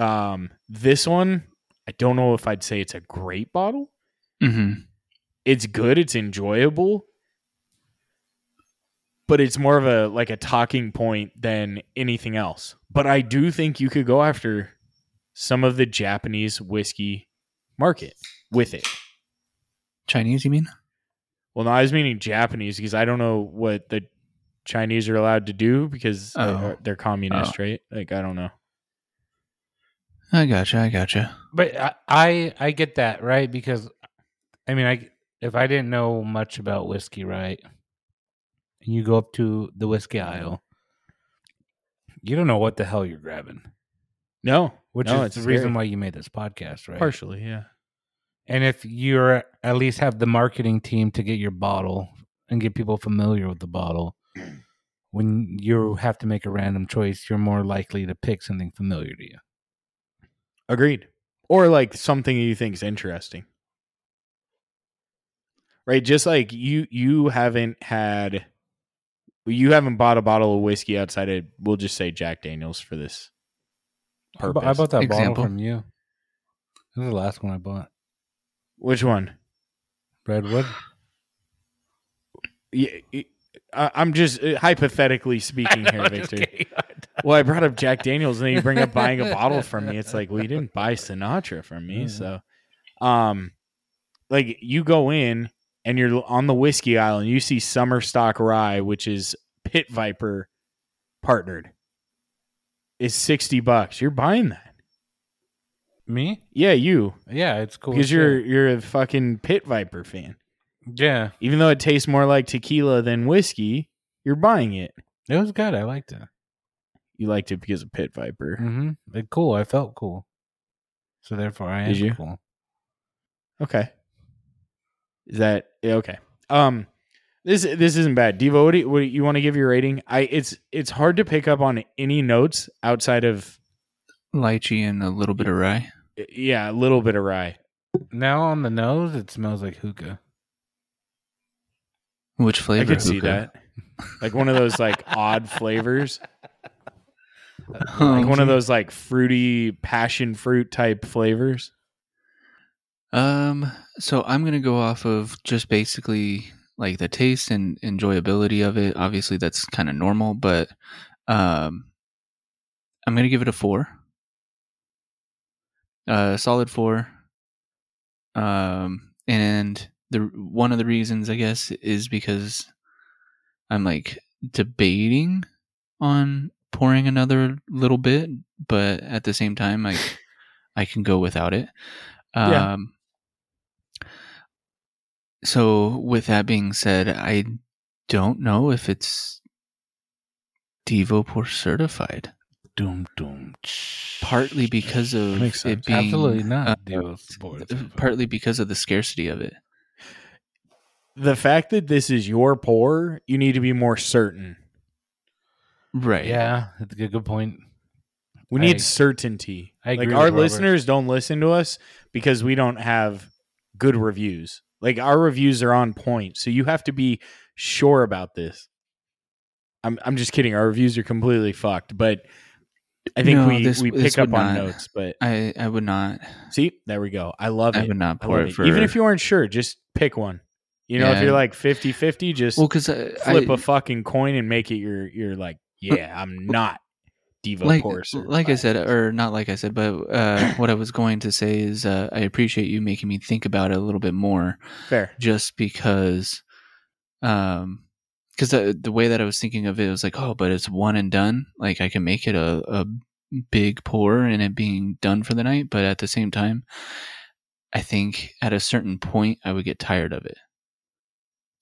[SPEAKER 3] Um, this one, I don't know if I'd say it's a great bottle.
[SPEAKER 1] hmm
[SPEAKER 3] It's good, it's enjoyable, but it's more of a like a talking point than anything else. But I do think you could go after some of the Japanese whiskey market with it.
[SPEAKER 1] Chinese, you mean?
[SPEAKER 3] Well, no, I was meaning Japanese because I don't know what the Chinese are allowed to do because
[SPEAKER 1] Oh.
[SPEAKER 3] they're, they're communist,
[SPEAKER 2] Oh.
[SPEAKER 3] right? Like I don't know.
[SPEAKER 1] I gotcha. I gotcha.
[SPEAKER 2] but I, I I get that right because, I mean, I if I didn't know much about whiskey, right, and you go up to the whiskey aisle, you don't know what the hell you're grabbing,
[SPEAKER 3] No,
[SPEAKER 2] which
[SPEAKER 3] No,
[SPEAKER 2] is
[SPEAKER 3] it's
[SPEAKER 2] the
[SPEAKER 3] scary.
[SPEAKER 2] reason why you made this podcast, right?
[SPEAKER 3] partially, yeah.
[SPEAKER 2] And if you're at least have the marketing team to get your bottle and get people familiar with the bottle, when you have to make a random choice, you're more likely to pick something familiar to you.
[SPEAKER 3] Agreed. Or like something you think is interesting. Right? Just like you you haven't had you haven't bought a bottle of whiskey outside of we'll just say Jack Daniels for this.
[SPEAKER 2] I bu- I
[SPEAKER 3] purpose.
[SPEAKER 2] bought that
[SPEAKER 1] Example.
[SPEAKER 2] bottle from you. This is the last one I bought.
[SPEAKER 3] Which one?
[SPEAKER 2] Redwood.
[SPEAKER 3] Yeah, y- I- I'm just uh, hypothetically speaking here, Victor.
[SPEAKER 2] Victor.
[SPEAKER 3] Well, I brought up Jack Daniels, and then you bring up buying a bottle from me. It's like, well, you didn't buy Sinatra from me,
[SPEAKER 2] Mhm.
[SPEAKER 3] so, um, like you go in and you're on the whiskey aisle, and you see Summer Stock Rye, which is Pit Viper partnered, is sixty bucks. You're buying that,
[SPEAKER 2] Me?
[SPEAKER 3] yeah, you,
[SPEAKER 2] Yeah, it's cool.
[SPEAKER 3] because
[SPEAKER 2] as
[SPEAKER 3] you're
[SPEAKER 2] shit.
[SPEAKER 3] you're a fucking Pit Viper fan.
[SPEAKER 2] yeah.
[SPEAKER 3] Even though it tastes more like tequila than whiskey, you're buying it.
[SPEAKER 2] It was good. I liked it.
[SPEAKER 3] You liked it because of Pit Viper.
[SPEAKER 2] Mm-hmm. It cool. I felt cool. So therefore, I am
[SPEAKER 3] Did you?
[SPEAKER 2] cool.
[SPEAKER 3] Okay. Is that yeah, okay? Um, this this isn't bad. Devo, what do you, what do you want to give your rating? I it's it's hard to pick up on any notes outside of
[SPEAKER 1] Lychee and a little bit of rye.
[SPEAKER 3] yeah, a little bit of rye.
[SPEAKER 2] Now on the nose, it smells like hookah.
[SPEAKER 1] Which flavor?
[SPEAKER 3] I could see
[SPEAKER 1] hookah?
[SPEAKER 3] that, like one of those like odd flavors, like
[SPEAKER 1] Um,
[SPEAKER 3] one of those like fruity passion fruit type flavors.
[SPEAKER 1] Um, so I'm gonna go off of just basically like the taste and enjoyability of it. Obviously, that's kind of normal, but um, I'm gonna give it a four. Uh, solid four. Um, and the one of the reasons I guess is because I'm like debating on pouring another little bit, but at the same time, like I can go without it. Um,
[SPEAKER 3] Yeah.
[SPEAKER 1] So, with that being said, I don't know if it's DevoPor certified,
[SPEAKER 2] Doom doom.
[SPEAKER 1] partly because of
[SPEAKER 3] Makes sense.
[SPEAKER 1] it being
[SPEAKER 2] Absolutely not.
[SPEAKER 1] uh,
[SPEAKER 2] Devo Sports.
[SPEAKER 1] partly because of the scarcity of it.
[SPEAKER 3] The fact that this is your pour, you need to be more certain.
[SPEAKER 1] Right.
[SPEAKER 2] Yeah, that's a good, good point.
[SPEAKER 3] We
[SPEAKER 2] I-
[SPEAKER 3] need certainty.
[SPEAKER 2] I agree
[SPEAKER 3] like
[SPEAKER 2] with
[SPEAKER 3] our
[SPEAKER 2] Robert.
[SPEAKER 3] listeners don't listen to us because we don't have good reviews. Like our reviews are on point, so you have to be sure about this. I'm I'm just kidding. Our reviews are completely fucked, but I think
[SPEAKER 1] No,
[SPEAKER 3] we
[SPEAKER 1] this-
[SPEAKER 3] we
[SPEAKER 1] this
[SPEAKER 3] pick up
[SPEAKER 1] would
[SPEAKER 3] on
[SPEAKER 1] not.
[SPEAKER 3] notes. But
[SPEAKER 1] I I would not.
[SPEAKER 3] see, there we go. I love
[SPEAKER 1] I
[SPEAKER 3] it.
[SPEAKER 1] would not
[SPEAKER 3] I
[SPEAKER 1] pour
[SPEAKER 3] love
[SPEAKER 1] it
[SPEAKER 3] it.
[SPEAKER 1] for
[SPEAKER 3] Even if you aren't sure, just pick one. You know, if
[SPEAKER 1] Yeah.
[SPEAKER 3] you're like 50 50, just
[SPEAKER 1] Well, because I,
[SPEAKER 3] flip
[SPEAKER 1] I-
[SPEAKER 3] a fucking coin and make it your, you're like, yeah, I'm not Diva
[SPEAKER 1] like,
[SPEAKER 3] Poor
[SPEAKER 1] like I said, er or not like I said, but uh, what I was going to say is uh, I appreciate you making me think about it a little bit more.
[SPEAKER 3] fair.
[SPEAKER 1] just because um because the, the way that i was thinking of it was like oh but it's one and done like i can make it a, a big pour and it being done for the night but at the same time i think at a certain point i would get tired of it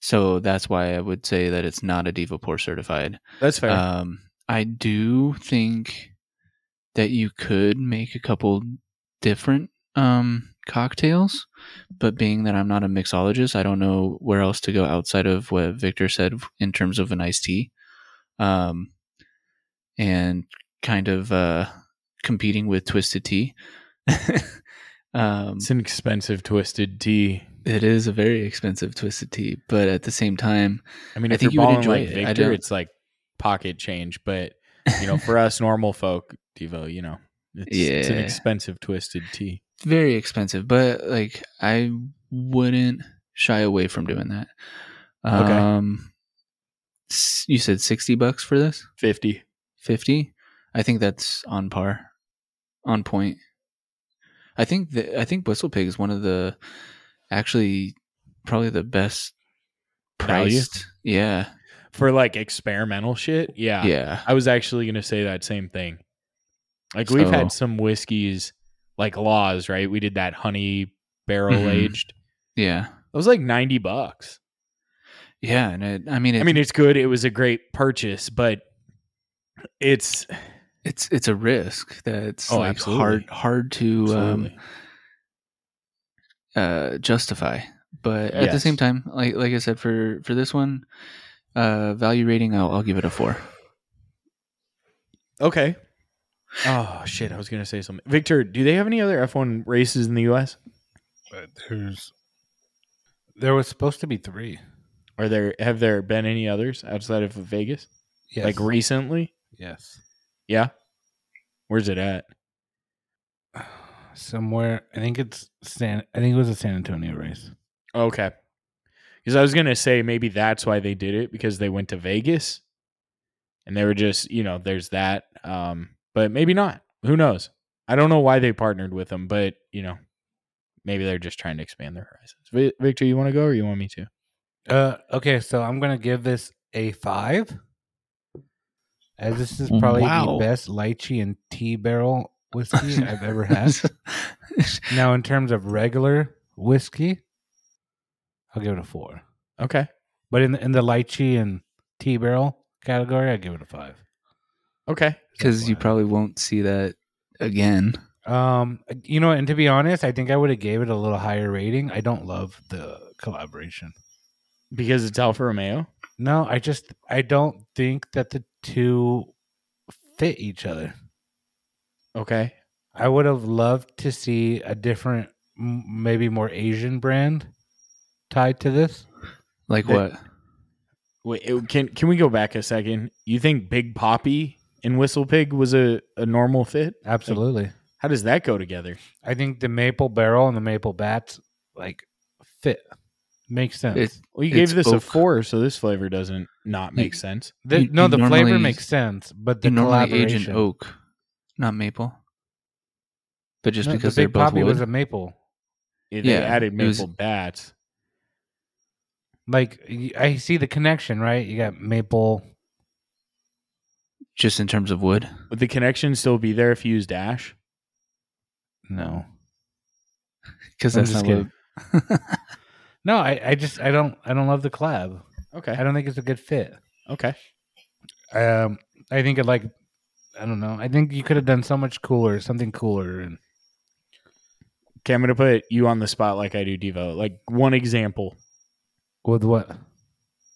[SPEAKER 1] so that's why i would say that it's not a diva pour certified
[SPEAKER 3] That's fair.
[SPEAKER 1] um, I do think that you could make a couple different um, cocktails, but being that I'm not a mixologist, I don't know where else to go outside of what Victor said in terms of an iced tea, um, and kind of uh, competing with twisted tea. um,
[SPEAKER 3] it's an expensive twisted tea.
[SPEAKER 1] it is a very expensive twisted tea, but at the same time,
[SPEAKER 3] I mean,
[SPEAKER 1] I
[SPEAKER 3] if
[SPEAKER 1] think
[SPEAKER 3] you're
[SPEAKER 1] you would
[SPEAKER 3] balling
[SPEAKER 1] enjoy
[SPEAKER 3] like
[SPEAKER 1] it. I
[SPEAKER 3] Victor,
[SPEAKER 1] don't-
[SPEAKER 3] it's like pocket change. But you know, for us normal folk, Devo, you know, it's, it's an
[SPEAKER 1] Yeah.
[SPEAKER 3] expensive twisted tea.
[SPEAKER 1] very expensive, but like I wouldn't shy away from doing that.
[SPEAKER 3] Okay.
[SPEAKER 1] Um, s- you said sixty bucks for this?
[SPEAKER 3] Fifty.
[SPEAKER 1] Fifty? I think that's on par, on point. I think that I think Whistle Pig is one of the actually probably the best
[SPEAKER 3] Value?
[SPEAKER 1] priced. Yeah,
[SPEAKER 3] for like experimental shit. Yeah.
[SPEAKER 1] yeah,
[SPEAKER 3] I was actually going to say that same thing. Like we've had
[SPEAKER 1] So-
[SPEAKER 3] some whiskeys like laws, right? We did that honey barrel
[SPEAKER 1] Mhm.
[SPEAKER 3] aged.
[SPEAKER 1] yeah,
[SPEAKER 3] It was like 90 bucks.
[SPEAKER 1] yeah. And it, I mean, it,
[SPEAKER 3] I mean, it's good. It was a great purchase, but it's
[SPEAKER 1] it's it's a risk that's
[SPEAKER 3] Oh,
[SPEAKER 1] like
[SPEAKER 3] absolutely.
[SPEAKER 1] hard hard to um,
[SPEAKER 3] Absolutely.
[SPEAKER 1] uh justify but at the
[SPEAKER 3] Yes.
[SPEAKER 1] same time like like i said for for this one uh value rating i'll, I'll give it a four
[SPEAKER 3] okay. Oh shit, I was going to say something. Victor, do they have any other F1 races in the US?
[SPEAKER 2] But there's there was supposed to be three.
[SPEAKER 3] Are there have there been any others outside of Vegas?
[SPEAKER 2] Yes.
[SPEAKER 3] Like recently?
[SPEAKER 2] yes.
[SPEAKER 3] Yeah. Where's it at?
[SPEAKER 2] Somewhere I think it's San I think it was a San Antonio race.
[SPEAKER 3] Okay. Because I was going to say maybe that's why they did it because they went to Vegas and they were just, you know, there's that. Um, but maybe not. Who knows? I don't know why they partnered with them, but, you know, maybe they're just trying to expand their horizons. Vi- Victor, you want to go or you want me to?
[SPEAKER 2] Uh okay, so I'm gonna give this a five. As this is probably
[SPEAKER 1] Wow.
[SPEAKER 2] the best lychee and tea barrel whiskey I've ever had. Now in terms of regular whiskey, I'll give it a four.
[SPEAKER 3] Okay.
[SPEAKER 2] But in the, in the lychee and tea barrel category, I give it a five.
[SPEAKER 3] Okay.
[SPEAKER 1] because you
[SPEAKER 2] Flat.
[SPEAKER 1] probably won't see that again
[SPEAKER 2] Um, you know, and to be honest, I think I would have gave it a little higher rating. I don't love the collaboration.
[SPEAKER 3] Because it's Alfa Romeo.
[SPEAKER 2] No, I just I don't think that the two fit each other.
[SPEAKER 3] Okay.
[SPEAKER 2] I would have loved to see a different, m- maybe more Asian brand tied to this.
[SPEAKER 1] like
[SPEAKER 3] They-
[SPEAKER 1] what
[SPEAKER 3] Wait, it- can can we go back a second? You think Big Poppy and Whistle Pig was a, a normal fit?
[SPEAKER 2] Absolutely,
[SPEAKER 3] How does that go together?
[SPEAKER 2] I think the maple barrel and the maple bats like fit makes sense.
[SPEAKER 1] It's
[SPEAKER 3] Well, you
[SPEAKER 1] It's
[SPEAKER 3] gave this a
[SPEAKER 1] oak.
[SPEAKER 3] four, so this flavor doesn't not make
[SPEAKER 1] You-
[SPEAKER 3] sense.
[SPEAKER 2] The-
[SPEAKER 1] You-
[SPEAKER 2] no,
[SPEAKER 1] you
[SPEAKER 2] the flavor
[SPEAKER 1] normally-
[SPEAKER 2] makes sense, but the
[SPEAKER 1] you normally age
[SPEAKER 2] collaboration.
[SPEAKER 1] in oak not maple but just
[SPEAKER 2] No,
[SPEAKER 1] because
[SPEAKER 2] the
[SPEAKER 1] they're
[SPEAKER 2] Big
[SPEAKER 1] both
[SPEAKER 2] Poppy
[SPEAKER 1] wood
[SPEAKER 2] was a maple.
[SPEAKER 3] It,
[SPEAKER 1] Yeah,
[SPEAKER 3] they added
[SPEAKER 1] it was-
[SPEAKER 3] maple bats.
[SPEAKER 2] Like y- I see the connection, right? You got maple.
[SPEAKER 1] just in terms of wood
[SPEAKER 3] Would the connection still be there if you used ash?
[SPEAKER 2] No,
[SPEAKER 1] because
[SPEAKER 2] I'm
[SPEAKER 1] that's not
[SPEAKER 2] just
[SPEAKER 1] what
[SPEAKER 2] no, I, I just I don't I don't love the collab. I
[SPEAKER 3] Okay.
[SPEAKER 2] don't think it's a good fit.
[SPEAKER 3] Okay.
[SPEAKER 2] Um, I think it like I don't know. I think you could have done so much cooler, something cooler, and
[SPEAKER 3] Okay, I'm gonna put you on the spot like I do, Devo. Like one example.
[SPEAKER 2] with what?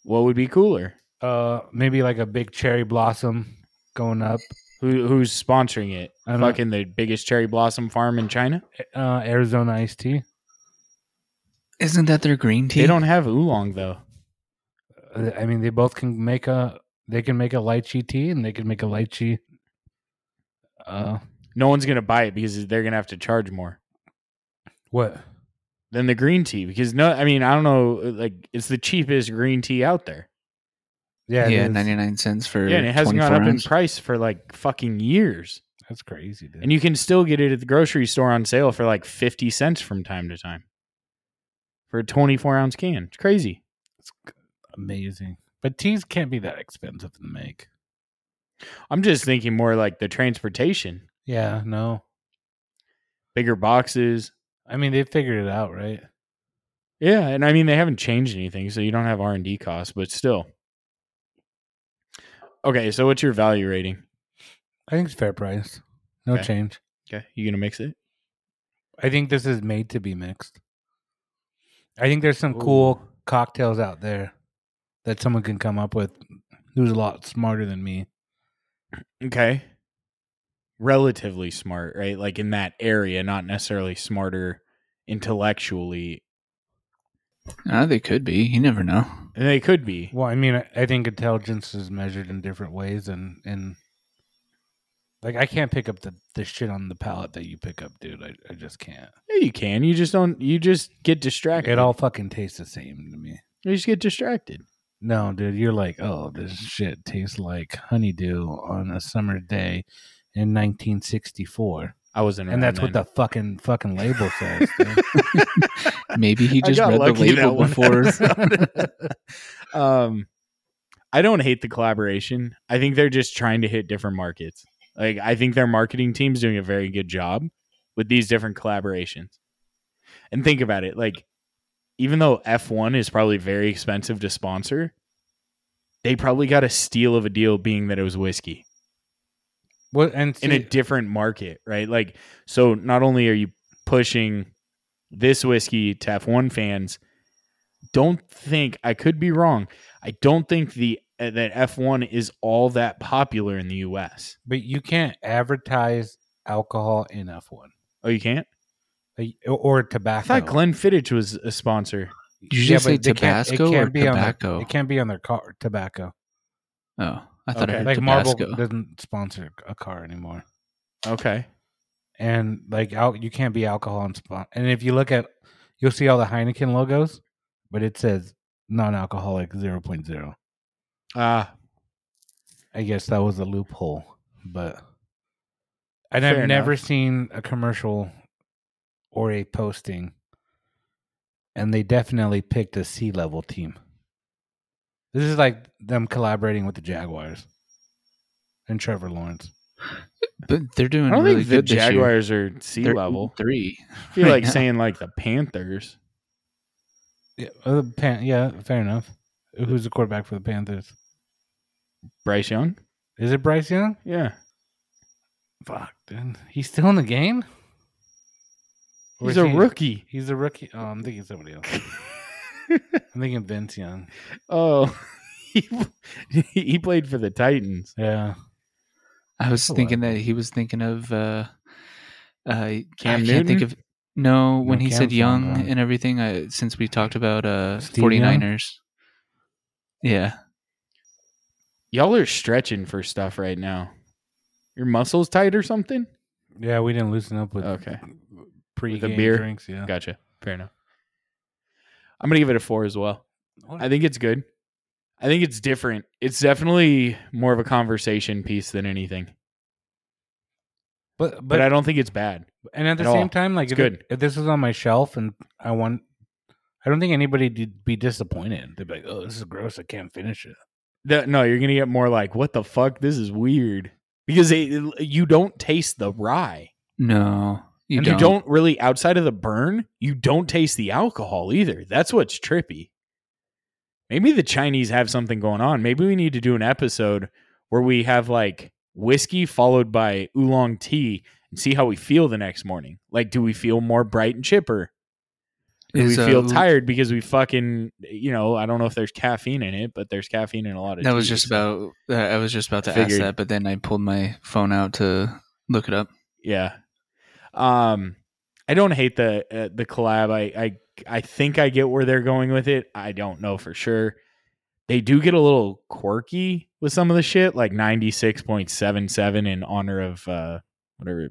[SPEAKER 3] What would be cooler?
[SPEAKER 2] Uh, maybe like a big cherry blossom going up.
[SPEAKER 3] Who who's sponsoring it?
[SPEAKER 2] I don't-
[SPEAKER 3] Fucking the biggest cherry blossom farm in China.
[SPEAKER 2] Uh, Arizona iced tea.
[SPEAKER 1] isn't that their green tea
[SPEAKER 3] They don't have oolong though.
[SPEAKER 2] Uh, I mean, they both can make a. They can make a lychee tea, and they can make a lychee. Uh,
[SPEAKER 3] No one's gonna buy it because they're gonna have to charge more.
[SPEAKER 2] what?
[SPEAKER 3] than the green tea because no, I mean I don't know, like it's the cheapest green tea out there.
[SPEAKER 2] Yeah,
[SPEAKER 1] Yeah,
[SPEAKER 2] it is.
[SPEAKER 1] ninety nine cents for
[SPEAKER 3] yeah, and it hasn't gone
[SPEAKER 1] 24
[SPEAKER 3] up in
[SPEAKER 1] ounce.
[SPEAKER 3] price for like fucking years,
[SPEAKER 2] That's crazy, dude.
[SPEAKER 3] and you can still get it at the grocery store on sale for like fifty cents from time to time for a twenty four ounce can. It's crazy.
[SPEAKER 2] it's g- amazing. But teas can't be that expensive to make.
[SPEAKER 3] I'm just thinking more like the transportation,
[SPEAKER 2] Yeah, no.
[SPEAKER 3] bigger boxes.
[SPEAKER 2] I mean, they figured it out, right?
[SPEAKER 3] Yeah, and I mean they haven't changed anything, so you don't have R and D costs, but still. Okay, so what's your value rating?
[SPEAKER 2] I think it's fair price. No
[SPEAKER 3] Okay.
[SPEAKER 2] change.
[SPEAKER 3] Okay, you gonna mix it?
[SPEAKER 2] I think this is made to be mixed. I think there's some cool cocktails out there that someone can come up with who's a lot smarter than me.
[SPEAKER 3] Okay. Relatively smart, right? Like in that area, not necessarily smarter intellectually.
[SPEAKER 1] Ah, they could be. You never know.
[SPEAKER 3] And they could be.
[SPEAKER 2] Well, I mean, I, I think intelligence is measured in different ways, and and like I can't pick up the the shit on the palette that you pick up, dude. I, I just can't.
[SPEAKER 3] Yeah, you can. You just don't you just get distracted.
[SPEAKER 2] It all fucking tastes the same to me.
[SPEAKER 3] you just get distracted.
[SPEAKER 2] No, dude, you're like, oh, this shit tastes like honeydew on a summer day in 1964,
[SPEAKER 3] I wasn't
[SPEAKER 2] and that's what the fucking fucking label says. dude.
[SPEAKER 1] Maybe he
[SPEAKER 3] I
[SPEAKER 1] just
[SPEAKER 3] got
[SPEAKER 1] read the
[SPEAKER 3] lucky that
[SPEAKER 1] label
[SPEAKER 3] one
[SPEAKER 1] before.
[SPEAKER 3] episode. um, I don't hate the collaboration. I think they're just trying to hit different markets. Like I think their marketing team's doing a very good job with these different collaborations. And think about it, like even though F1 is probably very expensive to sponsor, they probably got a steal of a deal being that it was whiskey
[SPEAKER 2] What and
[SPEAKER 3] in a
[SPEAKER 2] see-
[SPEAKER 3] different market, right? Like, so not only are you pushing this whiskey to F1 fans, don't think I could be wrong. I don't think the uh, that F1 is all that popular in the U.S.
[SPEAKER 2] but you can't advertise alcohol in F1
[SPEAKER 3] Oh, you can't.
[SPEAKER 2] Like, or
[SPEAKER 3] I
[SPEAKER 2] tobacco.
[SPEAKER 3] thought Glenfiddich was a sponsor.
[SPEAKER 1] Did you just say
[SPEAKER 2] but they can't- it
[SPEAKER 1] Tabasco
[SPEAKER 2] can't
[SPEAKER 1] or
[SPEAKER 2] be on their-
[SPEAKER 1] tobacco?
[SPEAKER 2] it can't be on their car. Tobacco,
[SPEAKER 1] Oh, I thought
[SPEAKER 3] Okay.
[SPEAKER 1] I heard
[SPEAKER 2] like
[SPEAKER 1] Tabasco.
[SPEAKER 2] Marvel doesn't sponsor a car anymore,
[SPEAKER 3] Okay,
[SPEAKER 2] and like al- you can't be alcohol and spon- And if you look at, you'll see all the Heineken logos, but it says non-alcoholic 0.0.
[SPEAKER 3] ah,
[SPEAKER 2] I guess that was a loophole, but and
[SPEAKER 3] Fair
[SPEAKER 2] I've never
[SPEAKER 3] enough.
[SPEAKER 2] seen a commercial or a posting, and they definitely picked a C level team. This is like them collaborating with the Jaguars and Trevor Lawrence.
[SPEAKER 1] But they're doing
[SPEAKER 3] I don't
[SPEAKER 1] really
[SPEAKER 3] think the
[SPEAKER 1] good this year.
[SPEAKER 3] Jaguars are sea
[SPEAKER 1] They're
[SPEAKER 3] level.
[SPEAKER 1] three.
[SPEAKER 3] I feel
[SPEAKER 1] right
[SPEAKER 3] like
[SPEAKER 1] now.
[SPEAKER 3] saying like the Panthers.
[SPEAKER 2] Yeah, uh, Pan- yeah, fair enough. Who's the quarterback for the Panthers?
[SPEAKER 3] Bryce Young.
[SPEAKER 2] Is it Bryce Young?
[SPEAKER 3] Yeah,
[SPEAKER 2] Fuck, dude. He's still in the game? Or
[SPEAKER 3] he's
[SPEAKER 2] is
[SPEAKER 3] a
[SPEAKER 2] he-
[SPEAKER 3] rookie.
[SPEAKER 2] He's a rookie. Oh, I'm thinking somebody else. I'm thinking Vince Young.
[SPEAKER 3] oh, he, he played for the Titans.
[SPEAKER 2] Yeah.
[SPEAKER 1] I was
[SPEAKER 2] Oh,
[SPEAKER 1] thinking that he was thinking of uh, uh,
[SPEAKER 3] Cam
[SPEAKER 1] I can't think
[SPEAKER 3] Newton?
[SPEAKER 1] of no when
[SPEAKER 2] No,
[SPEAKER 1] he
[SPEAKER 2] Cam's
[SPEAKER 1] said
[SPEAKER 2] not
[SPEAKER 1] young
[SPEAKER 2] around.
[SPEAKER 1] and everything. I, since we talked about uh,
[SPEAKER 2] Steve Young?
[SPEAKER 1] 49ers, yeah,
[SPEAKER 3] Y'all are stretching for stuff right now. Your muscles tight or something?
[SPEAKER 2] Yeah, we didn't loosen up with
[SPEAKER 3] Okay.
[SPEAKER 2] pre
[SPEAKER 3] the beer?
[SPEAKER 2] drinks. Yeah,
[SPEAKER 3] Gotcha. Fair enough. I'm going to give it a four as well.
[SPEAKER 2] Oh,
[SPEAKER 3] I think it's good. I think it's different. It's definitely more of a conversation piece than anything,
[SPEAKER 2] but, but
[SPEAKER 3] but, I don't think it's bad.
[SPEAKER 2] and at the
[SPEAKER 3] at
[SPEAKER 2] same
[SPEAKER 3] all.
[SPEAKER 2] time, like
[SPEAKER 3] It's
[SPEAKER 2] if,
[SPEAKER 3] good.
[SPEAKER 2] It, if this was on my shelf and I want, I don't think anybody'd d- be disappointed. They'd be like, "Oh, this is gross. I can't finish it."
[SPEAKER 3] The- no, you're going to get more like, what the fuck? This is weird. Because it, you don't taste the rye.
[SPEAKER 1] no, you
[SPEAKER 3] and
[SPEAKER 1] don't.
[SPEAKER 3] you don't really, outside of the burn, you don't taste the alcohol either. That's what's trippy. Maybe the Chinese have something going on. Maybe we need to do an episode where we have like whiskey followed by oolong tea and see how we feel the next morning. Like, do we feel more bright and chipper? Do
[SPEAKER 1] Is,
[SPEAKER 3] we feel
[SPEAKER 1] uh,
[SPEAKER 3] tired because we fucking, you know, I don't know if there's caffeine in it, but there's caffeine in a lot of
[SPEAKER 1] That was
[SPEAKER 3] teas.
[SPEAKER 1] just about. Uh, I was just about to ask
[SPEAKER 3] Figured.
[SPEAKER 1] that, but then I pulled my phone out to look it up.
[SPEAKER 3] Yeah. Um, I don't hate the uh, the collab. I, I I think I get where they're going with it. I don't know for sure. They do get a little quirky with some of the shit, like ninety six point seven seven in honor of uh, whatever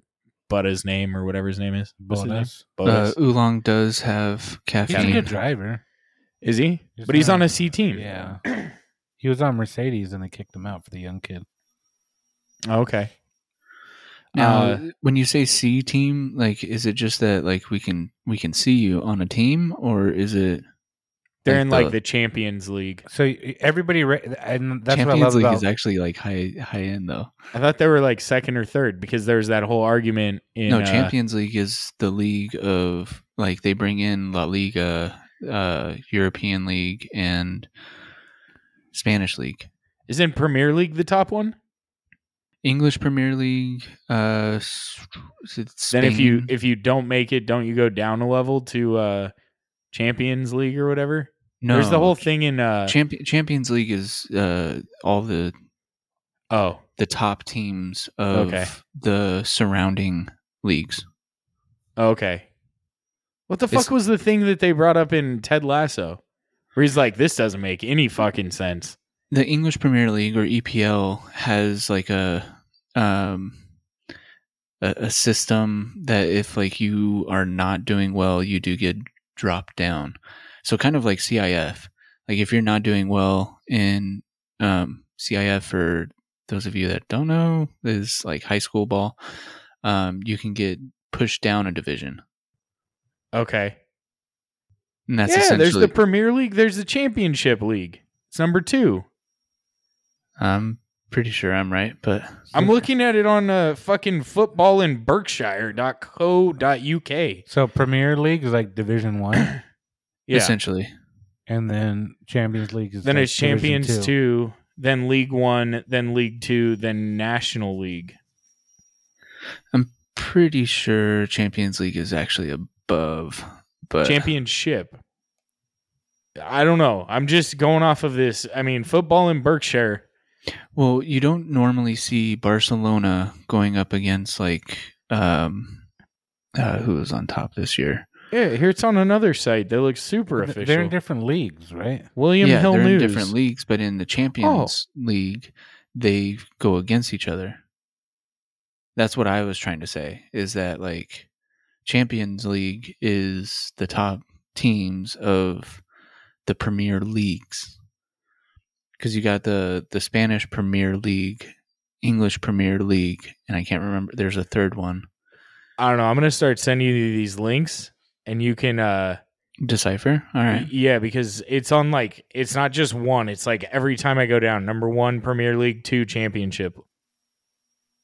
[SPEAKER 3] Butta's name or whatever his name is. What's his name?
[SPEAKER 2] Bonus.
[SPEAKER 1] Uh,
[SPEAKER 3] Butta's.
[SPEAKER 1] Oolong does have
[SPEAKER 2] He's
[SPEAKER 1] caffeine.
[SPEAKER 2] a good driver.
[SPEAKER 3] is he?
[SPEAKER 2] he's
[SPEAKER 3] But he's
[SPEAKER 2] not-
[SPEAKER 3] on a C team.
[SPEAKER 2] Yeah. He was on Mercedes and they kicked him out for the young kid.
[SPEAKER 3] Oh, okay.
[SPEAKER 1] Now,
[SPEAKER 3] Uh,
[SPEAKER 1] when you say C team, like, is it just that like we can we can see you on a team, or is it
[SPEAKER 3] They're
[SPEAKER 1] Like
[SPEAKER 3] in like
[SPEAKER 1] the-
[SPEAKER 3] the Champions League.
[SPEAKER 2] So y- everybody, ra- and that's
[SPEAKER 1] Champions
[SPEAKER 2] what I love
[SPEAKER 1] League
[SPEAKER 2] about.
[SPEAKER 1] is actually like high high end though?
[SPEAKER 3] I thought they were like second or third because there was that whole argument in
[SPEAKER 1] no,
[SPEAKER 3] uh,
[SPEAKER 1] Champions League is the league of like they bring in La Liga, uh, European League, and Spanish League,
[SPEAKER 3] Isn't Premier League the top one?
[SPEAKER 1] English Premier League. Uh, s- is it
[SPEAKER 3] Then if you
[SPEAKER 1] Spain?
[SPEAKER 3] if you don't make it, don't you go down a level to uh Champions League or whatever?
[SPEAKER 1] no,
[SPEAKER 3] There's the whole thing in uh
[SPEAKER 1] Champion, Champions League is uh, all the
[SPEAKER 3] oh
[SPEAKER 1] the top teams of
[SPEAKER 3] Okay.
[SPEAKER 1] the surrounding leagues.
[SPEAKER 3] okay. What the
[SPEAKER 1] It's-
[SPEAKER 3] fuck was the thing that they brought up in Ted Lasso? Where he's like, this doesn't make any fucking sense.
[SPEAKER 1] The English Premier League or EPL has like a um a, a system that if like you are not doing well, you do get dropped down. So kind of like CIF. Like if you're not doing well in um CIF for those of you that don't know is like high school ball, um you can get pushed down a division.
[SPEAKER 3] Okay.
[SPEAKER 1] And that's
[SPEAKER 3] yeah,
[SPEAKER 1] essentially
[SPEAKER 3] there's the Premier League, there's the Championship League. It's number two.
[SPEAKER 1] I'm pretty sure I'm right, but
[SPEAKER 3] I'm looking at it on uh, fucking footballinberkshire.co.uk. Yeah.
[SPEAKER 2] So Premier League is like Division One,
[SPEAKER 1] essentially,
[SPEAKER 2] and then Champions League is
[SPEAKER 3] then
[SPEAKER 2] like
[SPEAKER 3] it's
[SPEAKER 2] Division
[SPEAKER 3] Champions two. then League One, then League Two, then National League.
[SPEAKER 1] pretty sure Champions League is actually above. But
[SPEAKER 3] Championship. I don't know. I'm just going off of this. I mean, football in Berkshire.
[SPEAKER 1] well, you don't normally see Barcelona going up against like um, uh, who was on top this year?
[SPEAKER 3] Yeah, here it's on another site. They look super
[SPEAKER 2] Th-
[SPEAKER 3] official.
[SPEAKER 2] They're in different leagues, right?
[SPEAKER 3] William
[SPEAKER 1] yeah,
[SPEAKER 3] Hill
[SPEAKER 1] they're
[SPEAKER 3] News. Oh.
[SPEAKER 1] in different leagues, but in the Champions League, they go against each other. That's what I was trying to say. Is that like Champions League is the top teams of the Premier Leagues? Because you got the the Spanish Premier League, English Premier League, and I can't remember. There's a third one.
[SPEAKER 3] I don't know. I'm gonna start sending you these links, and you can. uh
[SPEAKER 1] Decipher. All right.
[SPEAKER 3] Yeah, because it's on like it's not just one. It's like every time I go down, number one Premier League, two Championship.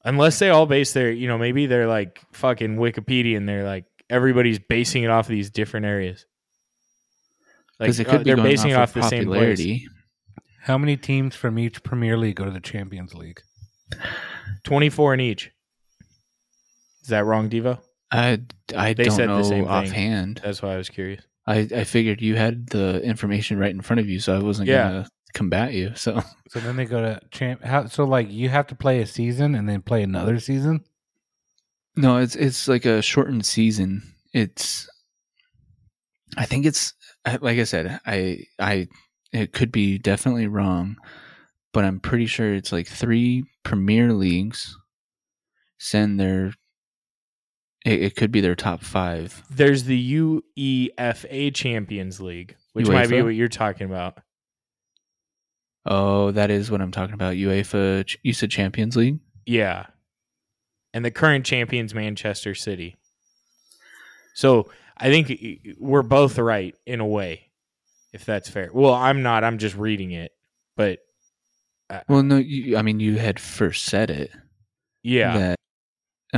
[SPEAKER 3] Unless they all base their, you know, maybe they're like fucking Wikipedia, and they're like everybody's basing it off of these different areas. Like
[SPEAKER 1] Because it
[SPEAKER 3] uh,
[SPEAKER 1] could be
[SPEAKER 3] they're
[SPEAKER 1] going
[SPEAKER 3] basing
[SPEAKER 1] off
[SPEAKER 3] it
[SPEAKER 1] of
[SPEAKER 3] off the same place.
[SPEAKER 1] popularity.
[SPEAKER 2] How many teams from each Premier League go to the Champions League?
[SPEAKER 3] Twenty four in each. Is that wrong, Devo?
[SPEAKER 1] I I
[SPEAKER 3] They
[SPEAKER 1] don't
[SPEAKER 3] said the
[SPEAKER 1] know
[SPEAKER 3] same thing.
[SPEAKER 1] offhand.
[SPEAKER 3] That's why I was curious.
[SPEAKER 1] I, I figured you had the information right in front of you, so I wasn't
[SPEAKER 3] Yeah.
[SPEAKER 1] gonna combat you. So
[SPEAKER 2] So then they go to champ. How, so like you have to play a season and then play another season.
[SPEAKER 1] no, it's it's like a shortened season. It's I think it's I- like I said, I I it could be definitely wrong, but I'm pretty sure it's like three Premier Leagues send their it, it could be their top five.
[SPEAKER 3] There's the UEFA Champions League, which might be
[SPEAKER 1] UEFA?
[SPEAKER 3] what you're talking about.
[SPEAKER 1] Oh, that is what I'm talking about. UEFA, Ch- you said Champions League.
[SPEAKER 3] Yeah. And the current champions Manchester City. So, I think we're both right in a way, if that's fair. Well, I'm not. I'm just reading it. But
[SPEAKER 1] Well, no, you, I mean you had first said it.
[SPEAKER 3] yeah.
[SPEAKER 1] that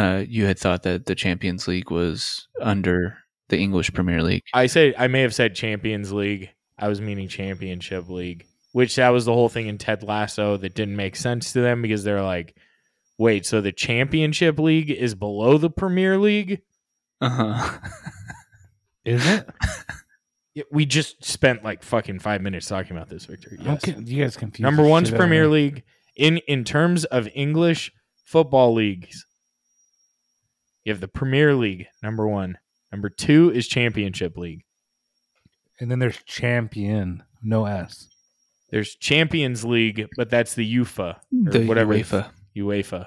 [SPEAKER 1] uh, you had thought that the Champions League was under the English Premier League.
[SPEAKER 3] I say I may have said Champions League. I was meaning Championship League, which that was the whole thing in Ted Lasso that didn't make sense to them because they're like, wait, so the Championship League is below the Premier League?
[SPEAKER 1] Uh-huh.
[SPEAKER 2] Is it?
[SPEAKER 3] Yeah, We just spent like fucking five minutes talking about this, Victor.
[SPEAKER 2] I'm
[SPEAKER 3] Yes.
[SPEAKER 2] con- you guys confused.
[SPEAKER 3] Number
[SPEAKER 2] the
[SPEAKER 3] one's
[SPEAKER 2] shit out of
[SPEAKER 3] Premier
[SPEAKER 2] me.
[SPEAKER 3] League in in terms of English football leagues. You have the Premier League, number one. Number two is Championship League.
[SPEAKER 2] and then there's Champion, no S.
[SPEAKER 3] There's Champions League, but that's the UEFA or
[SPEAKER 1] The
[SPEAKER 3] whatever
[SPEAKER 1] UEFA.
[SPEAKER 3] UEFA.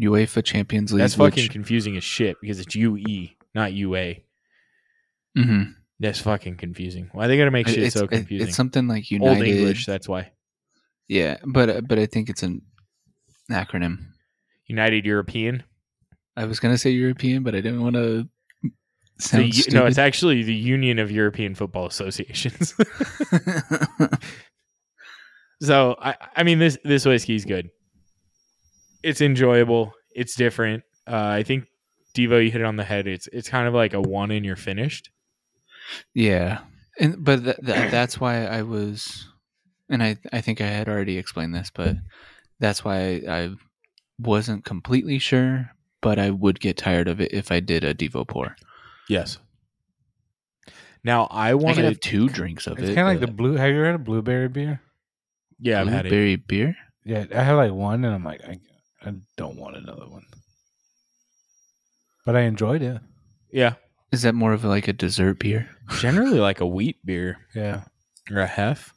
[SPEAKER 1] UEFA Champions League.
[SPEAKER 3] E That's fucking
[SPEAKER 1] which-
[SPEAKER 3] confusing as shit because it's UE, not UA.
[SPEAKER 1] Mhm.
[SPEAKER 3] That's fucking confusing. Why they gotta make shit
[SPEAKER 1] it's,
[SPEAKER 3] so
[SPEAKER 1] it-
[SPEAKER 3] confusing?
[SPEAKER 1] it's something like United.
[SPEAKER 3] Old English. That's why
[SPEAKER 1] Yeah, but uh, but I think it's an acronym.
[SPEAKER 3] United European.
[SPEAKER 1] I was gonna say European, but I didn't want to
[SPEAKER 3] The
[SPEAKER 1] sound
[SPEAKER 3] U- no, it's
[SPEAKER 1] stupid.
[SPEAKER 3] actually the Union of European Football Associations. so I, I mean this this whiskey's good. It's enjoyable. It's different. Uh, I think Devo, you hit it on the head. It's it's kind of like a one and you're finished.
[SPEAKER 1] yeah, and but th- th- that's why I was, and I I think I had already explained this, but that's why I, I wasn't completely sure, but I would get tired of it if I did a Devo pour.
[SPEAKER 3] Yes. Now I
[SPEAKER 1] I
[SPEAKER 3] want
[SPEAKER 1] could
[SPEAKER 3] to.
[SPEAKER 1] have two drinks of
[SPEAKER 2] It's
[SPEAKER 1] it.
[SPEAKER 2] kind of like the
[SPEAKER 1] but-
[SPEAKER 2] blue. Have you ever had a blueberry beer?
[SPEAKER 3] Yeah, I've had it.
[SPEAKER 1] blueberry beer.
[SPEAKER 2] Yeah, I had like one, and I'm like, I, I don't want another one. But I enjoyed it.
[SPEAKER 3] Yeah,
[SPEAKER 1] Is that more of like a dessert beer?
[SPEAKER 3] generally like a wheat beer
[SPEAKER 2] Yeah,
[SPEAKER 3] or a hef,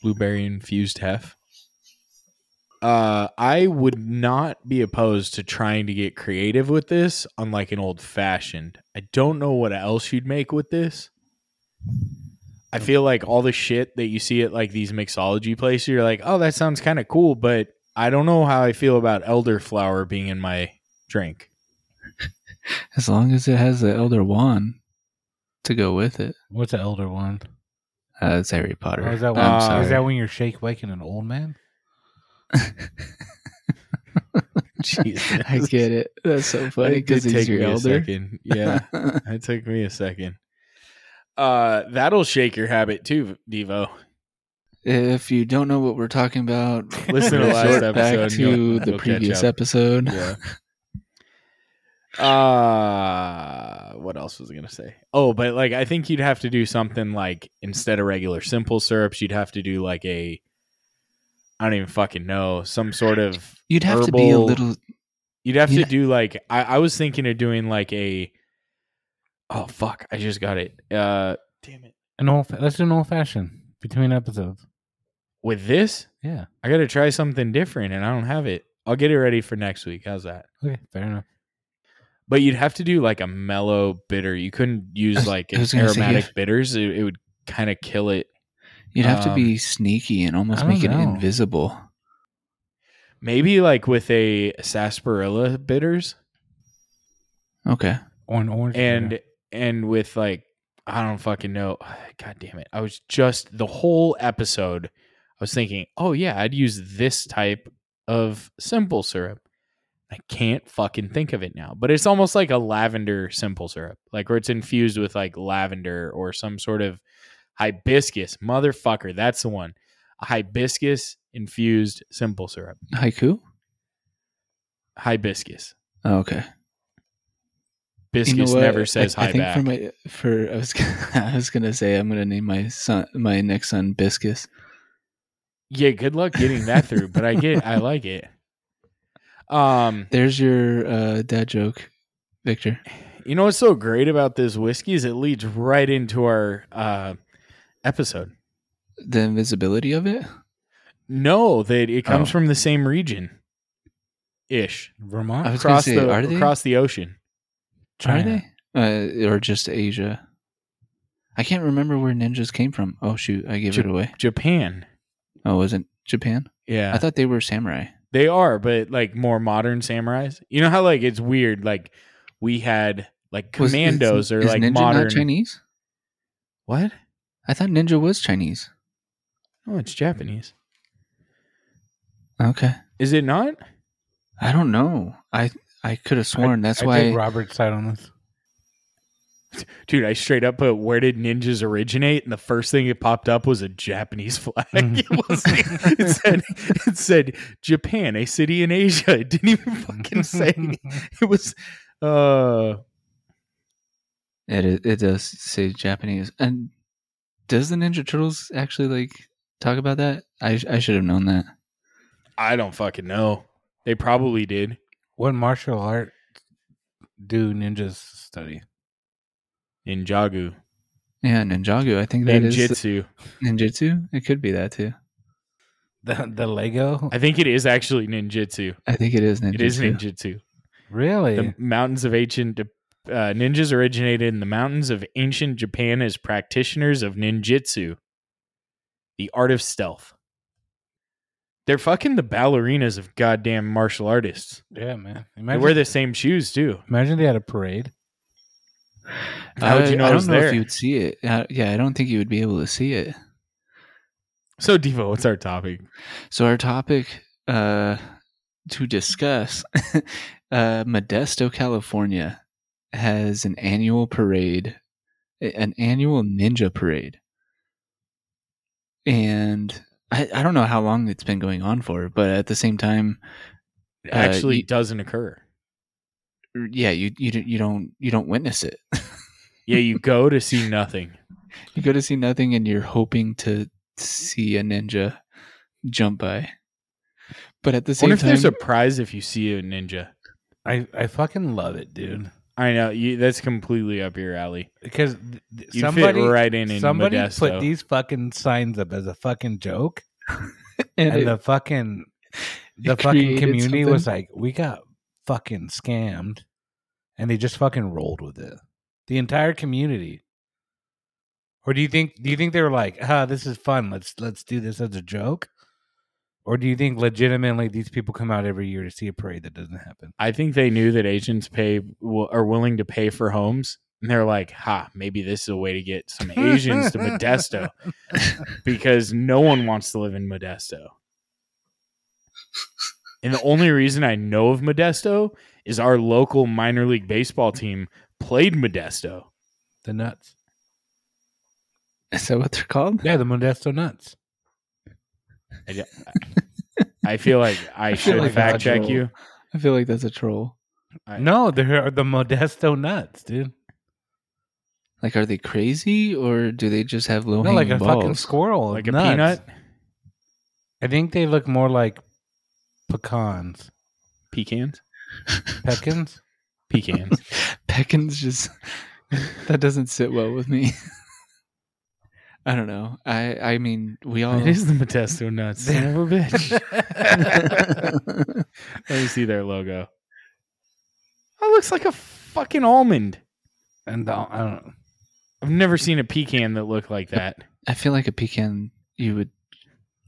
[SPEAKER 3] blueberry infused hef. Uh, I would not be opposed to trying to get creative with this on like an old fashioned. I don't know what else you'd make with this. I
[SPEAKER 1] Mm.
[SPEAKER 3] feel like all the shit that you see at like these mixology places, you're like, oh, that sounds kind of cool, but I don't know how I feel about elderflower being in my drink.
[SPEAKER 1] As long as it has the elder wand to go with it.
[SPEAKER 2] what's the elder one?
[SPEAKER 1] Uh, it's Harry Potter.
[SPEAKER 2] Oh, is that
[SPEAKER 1] I'm
[SPEAKER 2] when,
[SPEAKER 3] Uh,
[SPEAKER 1] sorry.
[SPEAKER 2] is that when you're shake waking an old man?
[SPEAKER 3] Jesus.
[SPEAKER 1] I get it. That's so funny
[SPEAKER 3] It did
[SPEAKER 1] because he's
[SPEAKER 3] take
[SPEAKER 1] your
[SPEAKER 3] me a
[SPEAKER 1] elder.
[SPEAKER 3] second. Yeah. That took me a second. Uh, that'll shake your habit too, Devo.
[SPEAKER 1] if you don't know what we're talking about,
[SPEAKER 3] Listen to the last
[SPEAKER 1] resort
[SPEAKER 3] episode.
[SPEAKER 1] back
[SPEAKER 3] and
[SPEAKER 1] to
[SPEAKER 3] you'll-
[SPEAKER 1] the
[SPEAKER 3] you'll catch
[SPEAKER 1] previous
[SPEAKER 3] up.
[SPEAKER 1] episode.
[SPEAKER 3] Yeah. Uh, what else was I gonna say? Oh, but like I think you'd have to do something like instead of regular simple syrups, you'd have to do like a I don't even fucking know some sort of
[SPEAKER 1] You'd have to be a
[SPEAKER 3] Herbal-
[SPEAKER 1] little.
[SPEAKER 3] You'd have
[SPEAKER 1] Yeah.
[SPEAKER 3] to do like I, I was thinking of doing like a oh fuck I just got it uh damn it
[SPEAKER 2] An old. fa- Let's do an old fashioned between episodes.
[SPEAKER 3] with this
[SPEAKER 2] Yeah.
[SPEAKER 3] I got to try something different and I don't have it I'll get it ready for next week how's that
[SPEAKER 2] Okay. Fair enough.
[SPEAKER 3] but you'd have to do like a mellow bitter you couldn't use
[SPEAKER 1] I was-
[SPEAKER 3] like
[SPEAKER 1] I was gonna say, yeah.
[SPEAKER 3] aromatic bitters it, it would kind of kill it
[SPEAKER 1] You'd have to
[SPEAKER 3] um,
[SPEAKER 1] be sneaky and almost
[SPEAKER 2] I don't
[SPEAKER 1] make it
[SPEAKER 2] know.
[SPEAKER 1] invisible.
[SPEAKER 3] maybe like with a sarsaparilla bitters
[SPEAKER 1] Okay.
[SPEAKER 2] Or an orange.
[SPEAKER 3] and
[SPEAKER 2] bitter.
[SPEAKER 3] and with like I don't fucking know. God damn it! I was just the whole episode. I was thinking, oh yeah, I'd use this type of simple syrup. I can't fucking think of it now, but it's almost like a lavender simple syrup, like where it's infused with like lavender or some sort of hibiscus. Motherfucker, that's the one. A hibiscus infused simple syrup.
[SPEAKER 1] Haiku?
[SPEAKER 3] Hibiscus.
[SPEAKER 1] Oh, okay.
[SPEAKER 3] Biscus never says
[SPEAKER 1] I,
[SPEAKER 3] hi
[SPEAKER 1] I think
[SPEAKER 3] back.
[SPEAKER 1] for my for I was gonna, I was gonna say I'm gonna name my son my next son Biscus.
[SPEAKER 3] Yeah, good luck getting that through, but I get I like it. Um,
[SPEAKER 1] There's your uh, dad joke, Victor.
[SPEAKER 3] you know what's so great about this whiskey is it leads right into our uh episode.
[SPEAKER 1] The invisibility of it.
[SPEAKER 3] No, that it comes
[SPEAKER 1] Oh.
[SPEAKER 3] from the same region. Ish.
[SPEAKER 2] Vermont.
[SPEAKER 1] I was gonna
[SPEAKER 3] Across
[SPEAKER 1] say,
[SPEAKER 3] the
[SPEAKER 1] are they?
[SPEAKER 3] across the ocean.
[SPEAKER 1] Are
[SPEAKER 2] China.
[SPEAKER 1] they? Uh, or just Asia? I can't remember where ninjas came from. Oh shoot, I gave
[SPEAKER 3] Jap-
[SPEAKER 1] it away.
[SPEAKER 3] Japan.
[SPEAKER 1] Oh, was it Japan?
[SPEAKER 3] Yeah.
[SPEAKER 1] I thought they were samurai.
[SPEAKER 3] They are, but like more modern samurais. You know how like it's weird like we had like
[SPEAKER 1] Was- is-
[SPEAKER 3] commandos or
[SPEAKER 1] is
[SPEAKER 3] like
[SPEAKER 1] ninja
[SPEAKER 3] modern
[SPEAKER 1] Not Chinese.
[SPEAKER 3] What?
[SPEAKER 1] I thought ninja was Chinese.
[SPEAKER 3] Oh, it's Japanese.
[SPEAKER 1] Okay,
[SPEAKER 3] Is it not?
[SPEAKER 1] I don't know. I I could have sworn that's
[SPEAKER 2] I
[SPEAKER 1] why.
[SPEAKER 2] take Robert's side on this.
[SPEAKER 3] Dude, I straight up put where did ninjas originate, and the first thing it popped up was a Japanese flag.
[SPEAKER 2] Mhm.
[SPEAKER 1] Mm.
[SPEAKER 3] it, wasn't- it said it said Japan, a city in Asia. It didn't
[SPEAKER 2] Mm-hmm.
[SPEAKER 3] even fucking say it was. Uh,
[SPEAKER 1] It i- it does say Japanese. And does the Ninja Turtles actually like talk about that? I sh- I should have known that.
[SPEAKER 3] I don't fucking know. They probably did.
[SPEAKER 2] what martial art do ninjas study?
[SPEAKER 3] Ninjago,
[SPEAKER 1] Yeah, Ninjago. I think that is
[SPEAKER 3] ninjutsu.
[SPEAKER 1] ninjutsu. It could be that too.
[SPEAKER 2] The the Lego.
[SPEAKER 3] I think it is actually ninjutsu.
[SPEAKER 1] I think it is ninjutsu.
[SPEAKER 3] It is ninjutsu.
[SPEAKER 2] Really?
[SPEAKER 3] The mountains of ancient uh, ninjas originated in the mountains of ancient Japan as practitioners of ninjutsu, the art of stealth. They're fucking the ballerinas of goddamn martial artists.
[SPEAKER 2] yeah, man.
[SPEAKER 3] They
[SPEAKER 2] Imagine,
[SPEAKER 3] wear the same shoes too.
[SPEAKER 2] imagine they had a parade.
[SPEAKER 3] How would you know
[SPEAKER 1] I,
[SPEAKER 3] it
[SPEAKER 1] I
[SPEAKER 3] was
[SPEAKER 1] don't know
[SPEAKER 3] there?
[SPEAKER 1] if you'd see it. Uh, yeah, I don't think you would be able to see it.
[SPEAKER 3] So, Devo, what's our topic?
[SPEAKER 1] So our topic uh, to discuss, uh, Modesto, California, has an annual parade, a- an annual ninja parade, and I, I don't know how long it's been going on for, but at the same time,
[SPEAKER 3] It
[SPEAKER 1] Uh,
[SPEAKER 3] actually
[SPEAKER 1] you-
[SPEAKER 3] doesn't occur.
[SPEAKER 1] r- yeah, you you don't- you don't you don't witness it.
[SPEAKER 3] Yeah, you go to see nothing.
[SPEAKER 1] you go to see nothing, and you're hoping to see a ninja jump by. But at the
[SPEAKER 3] I
[SPEAKER 1] same
[SPEAKER 3] wonder if
[SPEAKER 1] time,
[SPEAKER 3] there's a prize if you see a ninja.
[SPEAKER 2] I I fucking love it, dude.
[SPEAKER 3] I know you, that's completely up your alley.
[SPEAKER 2] Because th- th-
[SPEAKER 3] You
[SPEAKER 2] somebody
[SPEAKER 3] fit right in in
[SPEAKER 2] somebody
[SPEAKER 3] Modesto.
[SPEAKER 2] put these fucking signs up as a fucking joke,
[SPEAKER 1] and
[SPEAKER 2] and
[SPEAKER 1] it-
[SPEAKER 2] the fucking the
[SPEAKER 1] it
[SPEAKER 2] fucking
[SPEAKER 1] created
[SPEAKER 2] community was
[SPEAKER 1] something.
[SPEAKER 2] like, "We got fucking scammed," and they just fucking rolled with it. The entire community. Or do you think? Do you think they were like, "Ah, this is fun. Let's let's do this as a joke," or do you think legitimately these people come out every year to see a parade that doesn't happen?
[SPEAKER 3] I think they knew that agents pay will, are willing to pay for homes, and they're like, "Ha, maybe this is a way to get some Asians to Modesto because no one wants to live in Modesto." And the only reason I know of Modesto is our local minor league baseball team played Modesto.
[SPEAKER 2] The nuts.
[SPEAKER 1] is that what they're called?
[SPEAKER 2] Yeah, the Modesto nuts.
[SPEAKER 3] I feel like I
[SPEAKER 1] feel
[SPEAKER 3] should
[SPEAKER 1] like
[SPEAKER 3] fact
[SPEAKER 1] that's
[SPEAKER 3] check
[SPEAKER 1] all.
[SPEAKER 3] you.
[SPEAKER 1] I feel like that's a troll.
[SPEAKER 3] I-
[SPEAKER 2] No, they're the Modesto nuts, dude.
[SPEAKER 1] Like, are they crazy or do they just have low
[SPEAKER 2] No,
[SPEAKER 1] hanging
[SPEAKER 2] like a
[SPEAKER 1] balls?
[SPEAKER 2] fucking squirrel. of
[SPEAKER 3] Like a
[SPEAKER 2] nuts.
[SPEAKER 3] peanut
[SPEAKER 2] I think they look more like pecans.
[SPEAKER 3] pecans,
[SPEAKER 2] Pecans?
[SPEAKER 3] pecans.
[SPEAKER 1] Peckins just that doesn't sit well with me. I don't know. I I mean, we all.
[SPEAKER 3] It is the Modesto nuts. Son of a bitch. Let me see their logo. That looks like a fucking almond.
[SPEAKER 2] and the, I don't know.
[SPEAKER 3] I've never seen a pecan that looked like that.
[SPEAKER 1] I feel like a pecan. You would,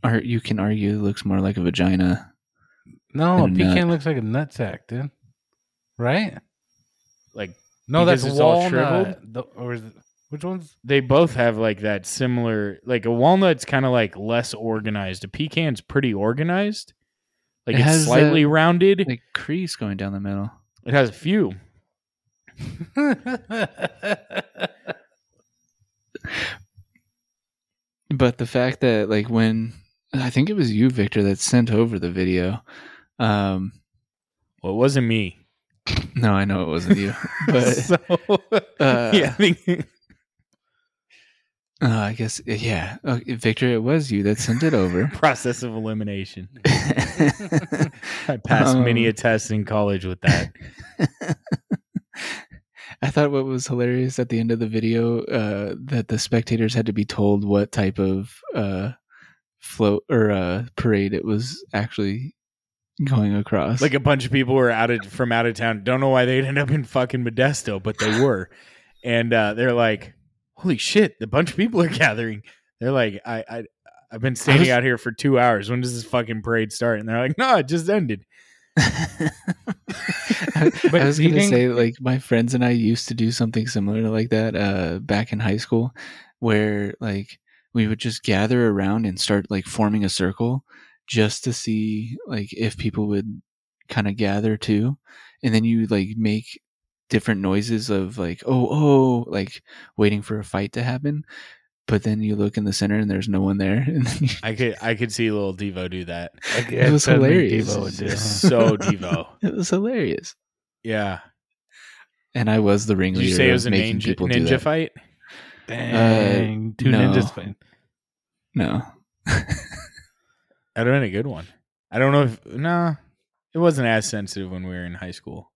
[SPEAKER 1] or you can argue, looks more like a vagina.
[SPEAKER 2] No, a
[SPEAKER 1] A nut.
[SPEAKER 2] pecan looks like a nutsack, dude. Right?
[SPEAKER 3] Like
[SPEAKER 2] No,
[SPEAKER 3] Because
[SPEAKER 2] that's
[SPEAKER 3] it's all
[SPEAKER 2] walnut. The, or is it, which one's?
[SPEAKER 3] they both have like that similar like a walnut's kind of like less organized. A pecan's pretty organized. Like
[SPEAKER 1] It
[SPEAKER 3] it's
[SPEAKER 1] has
[SPEAKER 3] slightly
[SPEAKER 1] that-
[SPEAKER 3] rounded.
[SPEAKER 1] Like crease going down the middle.
[SPEAKER 3] it has a few.
[SPEAKER 1] but the fact that like when I think it was you, Victor, that sent over the video. Um,
[SPEAKER 3] Well, it wasn't me.
[SPEAKER 1] no, I know it wasn't you, but
[SPEAKER 3] so
[SPEAKER 1] uh,
[SPEAKER 3] yeah, I think
[SPEAKER 1] Uh, I guess, yeah. Okay, Victor, it was you that sent it over.
[SPEAKER 3] process of elimination.
[SPEAKER 1] I
[SPEAKER 3] I passed many
[SPEAKER 1] Um,
[SPEAKER 3] a test in college with that.
[SPEAKER 1] thought what was hilarious at the end of the video uh, that the spectators had to be told what type of uh, float or uh, parade it was actually going across.
[SPEAKER 3] Like a bunch of people were out of, from out of town. Don't know why they'd end up in fucking Modesto, but they were. And uh, they're like, "Holy shit! The bunch of people are gathering." They're like, "I, I, I've been standing
[SPEAKER 1] was-
[SPEAKER 3] out here for two hours. When does this fucking parade start?" And they're like, "No, it just ended."
[SPEAKER 1] I,
[SPEAKER 2] But
[SPEAKER 1] I was
[SPEAKER 2] do you
[SPEAKER 1] going to
[SPEAKER 2] think-
[SPEAKER 1] say, like, my friends and I used to do something similar to like that uh, back in high school, where like we would just gather around and start like forming a circle just to see like if people would kind of gather too. And then you like make different noises of like, oh, oh, like waiting for a fight to happen. But then you look in the center and there's no one there. And then you-
[SPEAKER 3] I could, I could see little Devo do that.
[SPEAKER 2] Like,
[SPEAKER 1] It was
[SPEAKER 2] sounds like
[SPEAKER 1] hilarious.
[SPEAKER 2] Devo would do.
[SPEAKER 3] It's so Devo.
[SPEAKER 1] it was hilarious.
[SPEAKER 3] Yeah.
[SPEAKER 1] And I was the
[SPEAKER 3] Did
[SPEAKER 1] ringleader.
[SPEAKER 3] you say it
[SPEAKER 1] of
[SPEAKER 3] was a
[SPEAKER 1] making
[SPEAKER 3] ninja,
[SPEAKER 1] people do that.
[SPEAKER 3] ninja fight?
[SPEAKER 2] Dang, two
[SPEAKER 1] Uh, no.
[SPEAKER 2] ninjas fighting.
[SPEAKER 1] No.
[SPEAKER 3] That'd have been a good one. I don't know if nah. It wasn't as sensitive when we were in high school.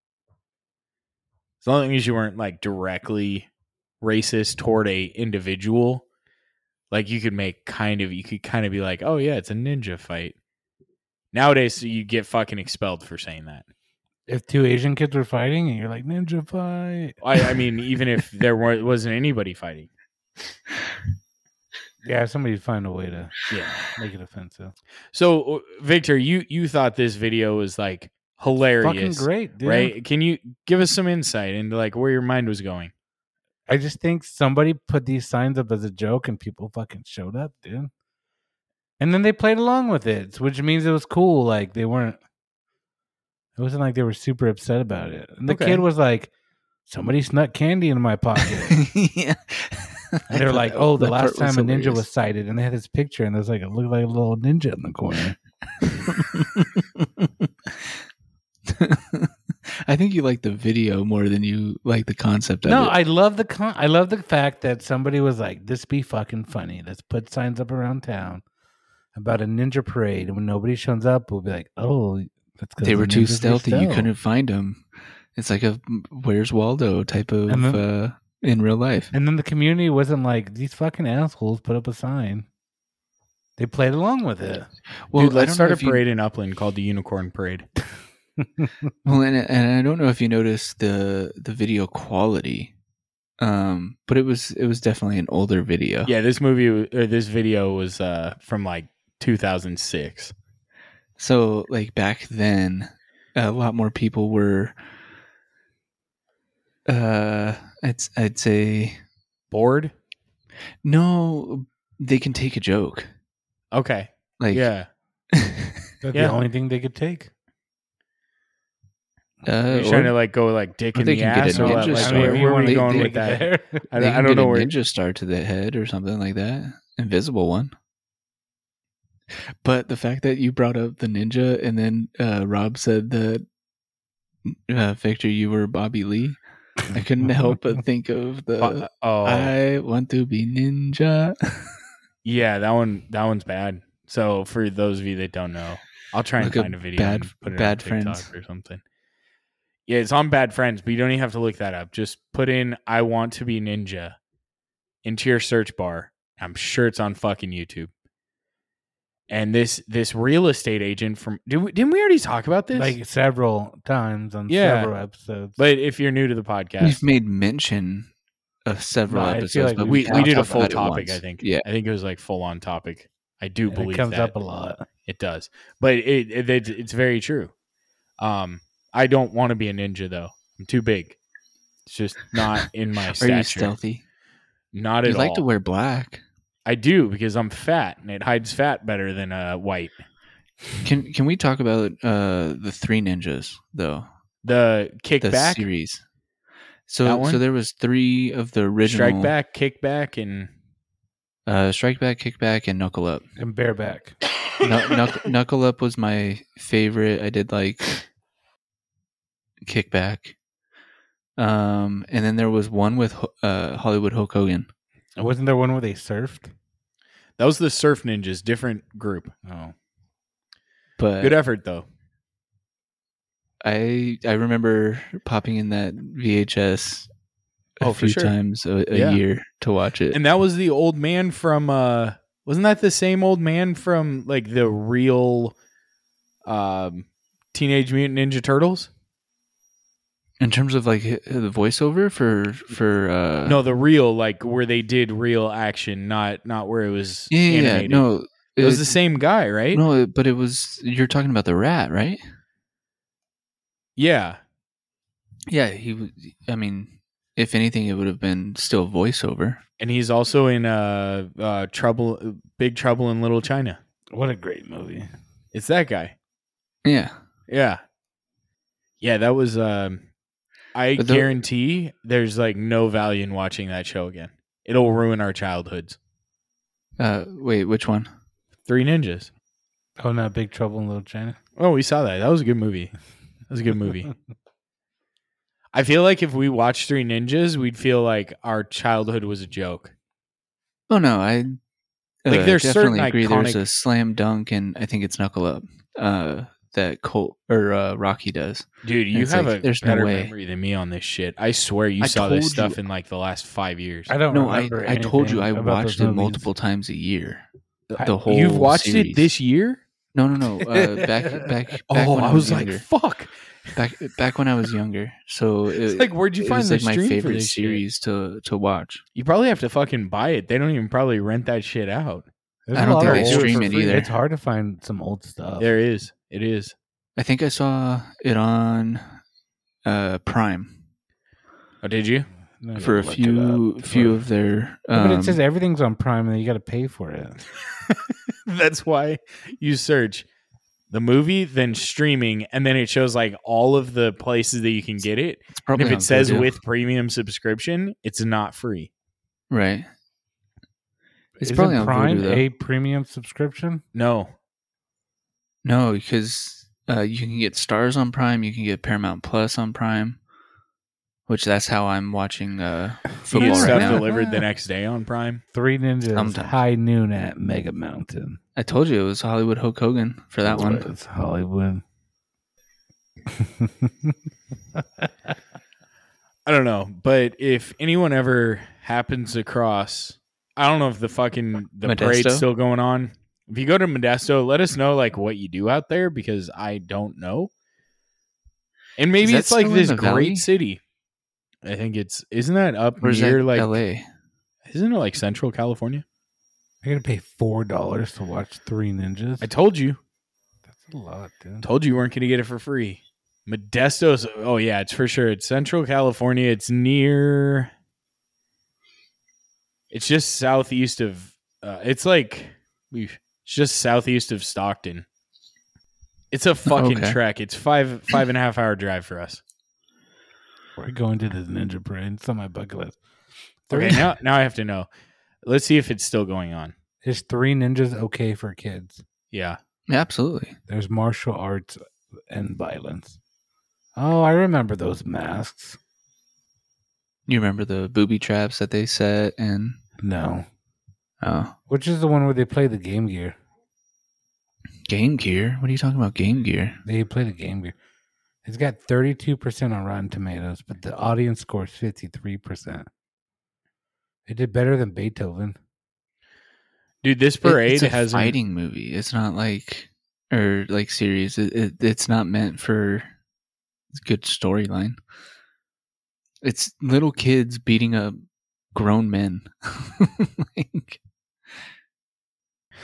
[SPEAKER 3] As long as you weren't like directly racist toward a individual, Like you could make kind of you could kind of be like, oh yeah, it's a ninja fight. Nowadays, you get fucking expelled for saying that.
[SPEAKER 2] If two Asian kids were fighting and you're like ninja fight,
[SPEAKER 3] I, I mean, even if there weren't, wasn't anybody fighting.
[SPEAKER 2] yeah, somebody'd find a way to
[SPEAKER 3] Yeah.
[SPEAKER 2] make it offensive.
[SPEAKER 3] So uh, Victor, you you thought this video was like
[SPEAKER 2] Fucking
[SPEAKER 3] hilarious,
[SPEAKER 2] great, dude.
[SPEAKER 3] right? Can you give us some insight into like where your mind was going?
[SPEAKER 2] I just think somebody put these signs up as a joke and people fucking showed up, dude. And then they played along with it, which means it was cool. Like they weren't it wasn't like they were super upset about it. And the
[SPEAKER 3] Okay.
[SPEAKER 2] kid was like, Somebody snuck candy into my pocket.
[SPEAKER 1] yeah.
[SPEAKER 2] and they were like, Oh, the
[SPEAKER 1] That
[SPEAKER 2] last
[SPEAKER 1] part
[SPEAKER 2] time a ninja
[SPEAKER 1] hilarious.
[SPEAKER 2] was sighted and they had this picture and there's like it looked like a little ninja in the corner.
[SPEAKER 1] I think you like the video more than you like the concept of
[SPEAKER 2] no,
[SPEAKER 1] it.
[SPEAKER 2] I love the con I love the fact that somebody was like, This be fucking funny. Let's put signs up around town about a ninja parade and when nobody shows up, we'll be like, Oh, that's 'cause
[SPEAKER 1] they
[SPEAKER 2] the
[SPEAKER 1] were too
[SPEAKER 2] ninjas
[SPEAKER 1] stealthy. You
[SPEAKER 2] stealth."
[SPEAKER 1] couldn't find them. It's like a Where's Waldo type of
[SPEAKER 2] And then-
[SPEAKER 1] uh, in real life.
[SPEAKER 2] And then the community wasn't like, these fucking assholes put up a sign. They played along with it.
[SPEAKER 1] Well,
[SPEAKER 3] Dude,
[SPEAKER 1] I
[SPEAKER 3] let's
[SPEAKER 1] don't
[SPEAKER 3] start
[SPEAKER 1] know
[SPEAKER 3] a
[SPEAKER 1] if you-
[SPEAKER 3] parade in Upland called the Unicorn Parade.
[SPEAKER 1] Well, and, and I don't know if you noticed the the video quality, um, but it was it was definitely an older video.
[SPEAKER 3] Yeah, this movie or this video was uh, from like 2006.
[SPEAKER 1] So like back then, a lot more people were. Uh, I'd I'd say
[SPEAKER 3] Bored?
[SPEAKER 1] no. They can take a joke.
[SPEAKER 3] Okay.
[SPEAKER 1] Like
[SPEAKER 3] yeah.
[SPEAKER 2] That's
[SPEAKER 3] Yeah.
[SPEAKER 2] the only thing they could take.
[SPEAKER 1] uh,
[SPEAKER 3] You're trying to
[SPEAKER 1] or
[SPEAKER 3] like go like dick
[SPEAKER 1] Or
[SPEAKER 3] in
[SPEAKER 1] they
[SPEAKER 3] the
[SPEAKER 1] can get a
[SPEAKER 3] ass
[SPEAKER 2] uh,
[SPEAKER 3] or what?
[SPEAKER 1] ninja
[SPEAKER 3] Like,
[SPEAKER 1] star.
[SPEAKER 3] where, where are
[SPEAKER 1] They-
[SPEAKER 3] we going
[SPEAKER 1] they-
[SPEAKER 3] with that? I
[SPEAKER 1] they
[SPEAKER 3] don't, I
[SPEAKER 1] can
[SPEAKER 3] don't
[SPEAKER 1] get
[SPEAKER 3] know
[SPEAKER 1] a
[SPEAKER 3] where.
[SPEAKER 1] ninja star to the head or something like that. Invisible one. But the fact that you brought up the ninja and then uh, Rob said that uh, Victor, you were Bobby Lee. I couldn't help but think of the
[SPEAKER 3] Fu- oh,
[SPEAKER 1] I want to be ninja.
[SPEAKER 3] yeah, that one. That one's bad. So for those of you that don't know, I'll try and
[SPEAKER 1] Look up
[SPEAKER 3] find a video
[SPEAKER 1] Bad-
[SPEAKER 3] and put it
[SPEAKER 1] Bad
[SPEAKER 3] on TikTok
[SPEAKER 1] Friends.
[SPEAKER 3] or something. Yeah, it's on Bad Friends, but you don't even have to look that up. Just put in "I want to be ninja" into your search bar. I'm sure it's on fucking YouTube. And this this real estate agent from did we, didn't we already talk about this?
[SPEAKER 2] Like several times on
[SPEAKER 3] Yeah.
[SPEAKER 2] several episodes.
[SPEAKER 3] but if you're new to the podcast,
[SPEAKER 1] We've made mention of several
[SPEAKER 2] No, I feel
[SPEAKER 1] episodes,
[SPEAKER 2] like
[SPEAKER 1] but
[SPEAKER 3] we,
[SPEAKER 1] we,
[SPEAKER 3] we did a
[SPEAKER 1] talked
[SPEAKER 3] full
[SPEAKER 1] about it
[SPEAKER 3] topic.
[SPEAKER 1] once.
[SPEAKER 3] I think.
[SPEAKER 1] Yeah,
[SPEAKER 3] I think it was like full on topic. I do
[SPEAKER 2] And
[SPEAKER 3] believe
[SPEAKER 2] it comes
[SPEAKER 3] that.
[SPEAKER 2] up a lot.
[SPEAKER 3] It does, but it, it, it it's very true. Um, I don't want to be a ninja though. I'm too big. It's just not in my
[SPEAKER 1] are you
[SPEAKER 3] stature.
[SPEAKER 1] stealthy?
[SPEAKER 3] Not
[SPEAKER 1] You
[SPEAKER 3] at
[SPEAKER 1] like
[SPEAKER 3] all.
[SPEAKER 1] to wear black.
[SPEAKER 3] I do because I'm fat and it hides fat better than uh, white.
[SPEAKER 1] Can can we talk about uh, the three ninjas though?
[SPEAKER 3] The kick
[SPEAKER 1] The
[SPEAKER 3] back,
[SPEAKER 1] series.
[SPEAKER 3] That
[SPEAKER 1] So so
[SPEAKER 3] one?
[SPEAKER 1] there was three of the original
[SPEAKER 3] strike back, kick back, and
[SPEAKER 1] uh, strike back, kick back, and knuckle up.
[SPEAKER 2] And bareback.
[SPEAKER 1] Knuck- knuck- knuckle up was my favorite. I did like kickback. Um, and then there was one with Ho- uh, Hollywood Hulk Hogan.
[SPEAKER 2] Wasn't there one where they surfed?
[SPEAKER 3] that was the surf ninjas, different group.
[SPEAKER 2] Oh.
[SPEAKER 1] But
[SPEAKER 3] Good effort though.
[SPEAKER 1] I I remember popping in that VHS a
[SPEAKER 3] Oh, for
[SPEAKER 1] few
[SPEAKER 3] sure.
[SPEAKER 1] times a, a
[SPEAKER 3] Yeah.
[SPEAKER 1] year to watch it.
[SPEAKER 3] And that was the old man from uh wasn't that the same old man from like the real um Teenage Mutant Ninja Turtles?
[SPEAKER 1] in terms of like h- the voiceover for for uh,
[SPEAKER 3] No, the real like where they did real action, not not where it was
[SPEAKER 1] yeah, yeah, yeah,
[SPEAKER 3] animated.
[SPEAKER 1] no,
[SPEAKER 3] It was the same guy, right?
[SPEAKER 1] no, it- but it was you're talking about the rat, right?
[SPEAKER 3] Yeah.
[SPEAKER 1] Yeah, he. w- I mean, if anything, it would have been still voiceover.
[SPEAKER 3] And he's also in uh uh Trouble Big Trouble in Little China.
[SPEAKER 2] What a great movie.
[SPEAKER 3] It's that guy.
[SPEAKER 1] Yeah,
[SPEAKER 3] Yeah. Yeah, that was um I
[SPEAKER 1] But the-
[SPEAKER 3] guarantee there's like no value in watching that show again. It'll ruin our childhoods.
[SPEAKER 1] Uh, wait, which one?
[SPEAKER 3] Three ninjas.
[SPEAKER 2] Oh no, Big Trouble in Little China.
[SPEAKER 3] Oh, we saw that. That was a good movie. That was a good movie. I feel like if we watched Three Ninjas, we'd feel like our childhood was a joke.
[SPEAKER 1] Oh no, I uh,
[SPEAKER 3] Like, there's certain
[SPEAKER 1] definitely agree. There's
[SPEAKER 3] iconic-
[SPEAKER 1] a slam dunk, and I think it's knuckle up. Uh, that Colt or uh, Rocky does.
[SPEAKER 3] Dude, you
[SPEAKER 1] It's
[SPEAKER 3] have
[SPEAKER 1] like,
[SPEAKER 3] a
[SPEAKER 1] there's no
[SPEAKER 3] better
[SPEAKER 1] way.
[SPEAKER 3] memory than me on this shit. I swear you
[SPEAKER 1] I
[SPEAKER 3] saw this
[SPEAKER 1] told
[SPEAKER 3] stuff
[SPEAKER 1] you-
[SPEAKER 3] in like the last five years.
[SPEAKER 2] I don't
[SPEAKER 1] No, I,
[SPEAKER 2] remember.
[SPEAKER 1] I told you I
[SPEAKER 2] anything about those
[SPEAKER 1] watched it
[SPEAKER 2] movies.
[SPEAKER 1] multiple times a year.
[SPEAKER 3] I-
[SPEAKER 1] The whole
[SPEAKER 3] You've watched it
[SPEAKER 1] series.
[SPEAKER 3] this year?
[SPEAKER 1] No, no, no. Uh, back, back, back
[SPEAKER 3] oh,
[SPEAKER 1] when
[SPEAKER 3] I was like,
[SPEAKER 1] younger. Uh,
[SPEAKER 3] fuck.
[SPEAKER 1] back, back when I was younger. So it,
[SPEAKER 3] It's like, where'd you
[SPEAKER 1] it
[SPEAKER 3] find
[SPEAKER 1] was
[SPEAKER 3] this
[SPEAKER 1] like my
[SPEAKER 3] stream for
[SPEAKER 1] favorite
[SPEAKER 3] this shit?
[SPEAKER 1] series to to watch.
[SPEAKER 3] You probably have to fucking buy it. They don't even probably rent that shit out.
[SPEAKER 2] There's
[SPEAKER 1] I
[SPEAKER 2] a
[SPEAKER 1] don't
[SPEAKER 2] lot
[SPEAKER 1] think
[SPEAKER 2] of
[SPEAKER 3] they
[SPEAKER 2] old-
[SPEAKER 3] stream
[SPEAKER 2] for
[SPEAKER 1] it
[SPEAKER 2] free.
[SPEAKER 1] either.
[SPEAKER 2] It's hard to find some old stuff.
[SPEAKER 3] There is. It is.
[SPEAKER 1] I think I saw it on uh, Prime
[SPEAKER 3] Oh, did you?
[SPEAKER 2] No, you
[SPEAKER 1] for a
[SPEAKER 2] gotta look it
[SPEAKER 1] few
[SPEAKER 2] up.
[SPEAKER 1] few of their.
[SPEAKER 2] Yeah,
[SPEAKER 1] Um,
[SPEAKER 2] but it says everything's on Prime, and then you got to pay for it.
[SPEAKER 3] That's why you search the movie, then streaming, and then it shows like all of the places that you can get it.
[SPEAKER 1] it's
[SPEAKER 3] And
[SPEAKER 1] probably
[SPEAKER 3] if
[SPEAKER 1] on
[SPEAKER 3] it says
[SPEAKER 1] Vimeo.
[SPEAKER 3] with premium subscription, it's not free.
[SPEAKER 1] right, It's
[SPEAKER 2] Isn't
[SPEAKER 1] probably on
[SPEAKER 2] Prime
[SPEAKER 1] Vudu, though.
[SPEAKER 2] a premium subscription.
[SPEAKER 3] No.
[SPEAKER 1] no, because uh, you can get Stars on Prime, you can get Paramount Plus on Prime, which that's how I'm watching uh,
[SPEAKER 3] You
[SPEAKER 1] football
[SPEAKER 3] get
[SPEAKER 2] Yeah.
[SPEAKER 1] right
[SPEAKER 3] stuff
[SPEAKER 1] now.
[SPEAKER 3] delivered the next day on Prime.
[SPEAKER 2] Three Ninjas
[SPEAKER 1] Sometimes.
[SPEAKER 2] High Noon at Mega Mountain.
[SPEAKER 1] I told you it was Hollywood Hulk Hogan for that
[SPEAKER 2] That's
[SPEAKER 1] one.
[SPEAKER 2] what It's Hollywood.
[SPEAKER 3] I don't know, but if anyone ever happens across, I don't know if the fucking the parade's
[SPEAKER 1] Modesto?
[SPEAKER 3] still going on. If you go to Modesto, let us know like what you do out there because I don't know. And maybe
[SPEAKER 1] that
[SPEAKER 3] it's like
[SPEAKER 1] still in
[SPEAKER 3] this
[SPEAKER 1] the
[SPEAKER 3] great
[SPEAKER 1] valley?
[SPEAKER 3] city. I think it's isn't that up
[SPEAKER 1] Or is
[SPEAKER 3] near
[SPEAKER 1] that
[SPEAKER 3] like
[SPEAKER 1] L.A.?
[SPEAKER 3] isn't it like Central California?
[SPEAKER 2] I gotta pay four dollars to watch Three Ninjas.
[SPEAKER 3] I told you,
[SPEAKER 2] That's a lot, dude.
[SPEAKER 3] told you you weren't going to get it for free. Modesto's oh yeah, it's for sure. It's Central California. It's near. It's just southeast of. Uh, it's like we. It's just southeast of Stockton. It's a fucking
[SPEAKER 1] Okay.
[SPEAKER 3] trek. It's five five and a half hour drive for us.
[SPEAKER 2] We're going to the Ninja Parade. It's on my bucket list. Three,
[SPEAKER 3] Okay, now now I have to know. Let's see if it's still going on.
[SPEAKER 2] Is Three Ninjas okay for kids?
[SPEAKER 3] Yeah,
[SPEAKER 1] Yeah, absolutely.
[SPEAKER 2] There's martial arts and violence. Oh, I remember those masks.
[SPEAKER 1] You remember the booby traps that they set and
[SPEAKER 2] No,
[SPEAKER 1] oh,
[SPEAKER 2] which is the one where they play the Game Gear.
[SPEAKER 1] Game Gear? What are you talking about? Game Gear?
[SPEAKER 2] They play the Game Gear. It's got 32% on Rotten Tomatoes, but the audience score is 53%. It did better than Beethoven.
[SPEAKER 3] dude, this
[SPEAKER 1] It-
[SPEAKER 3] parade
[SPEAKER 1] it's a
[SPEAKER 3] has
[SPEAKER 1] fighting movie. It's not like or like series. It, it, it's not meant for good storyline. It's little kids beating up grown men. like,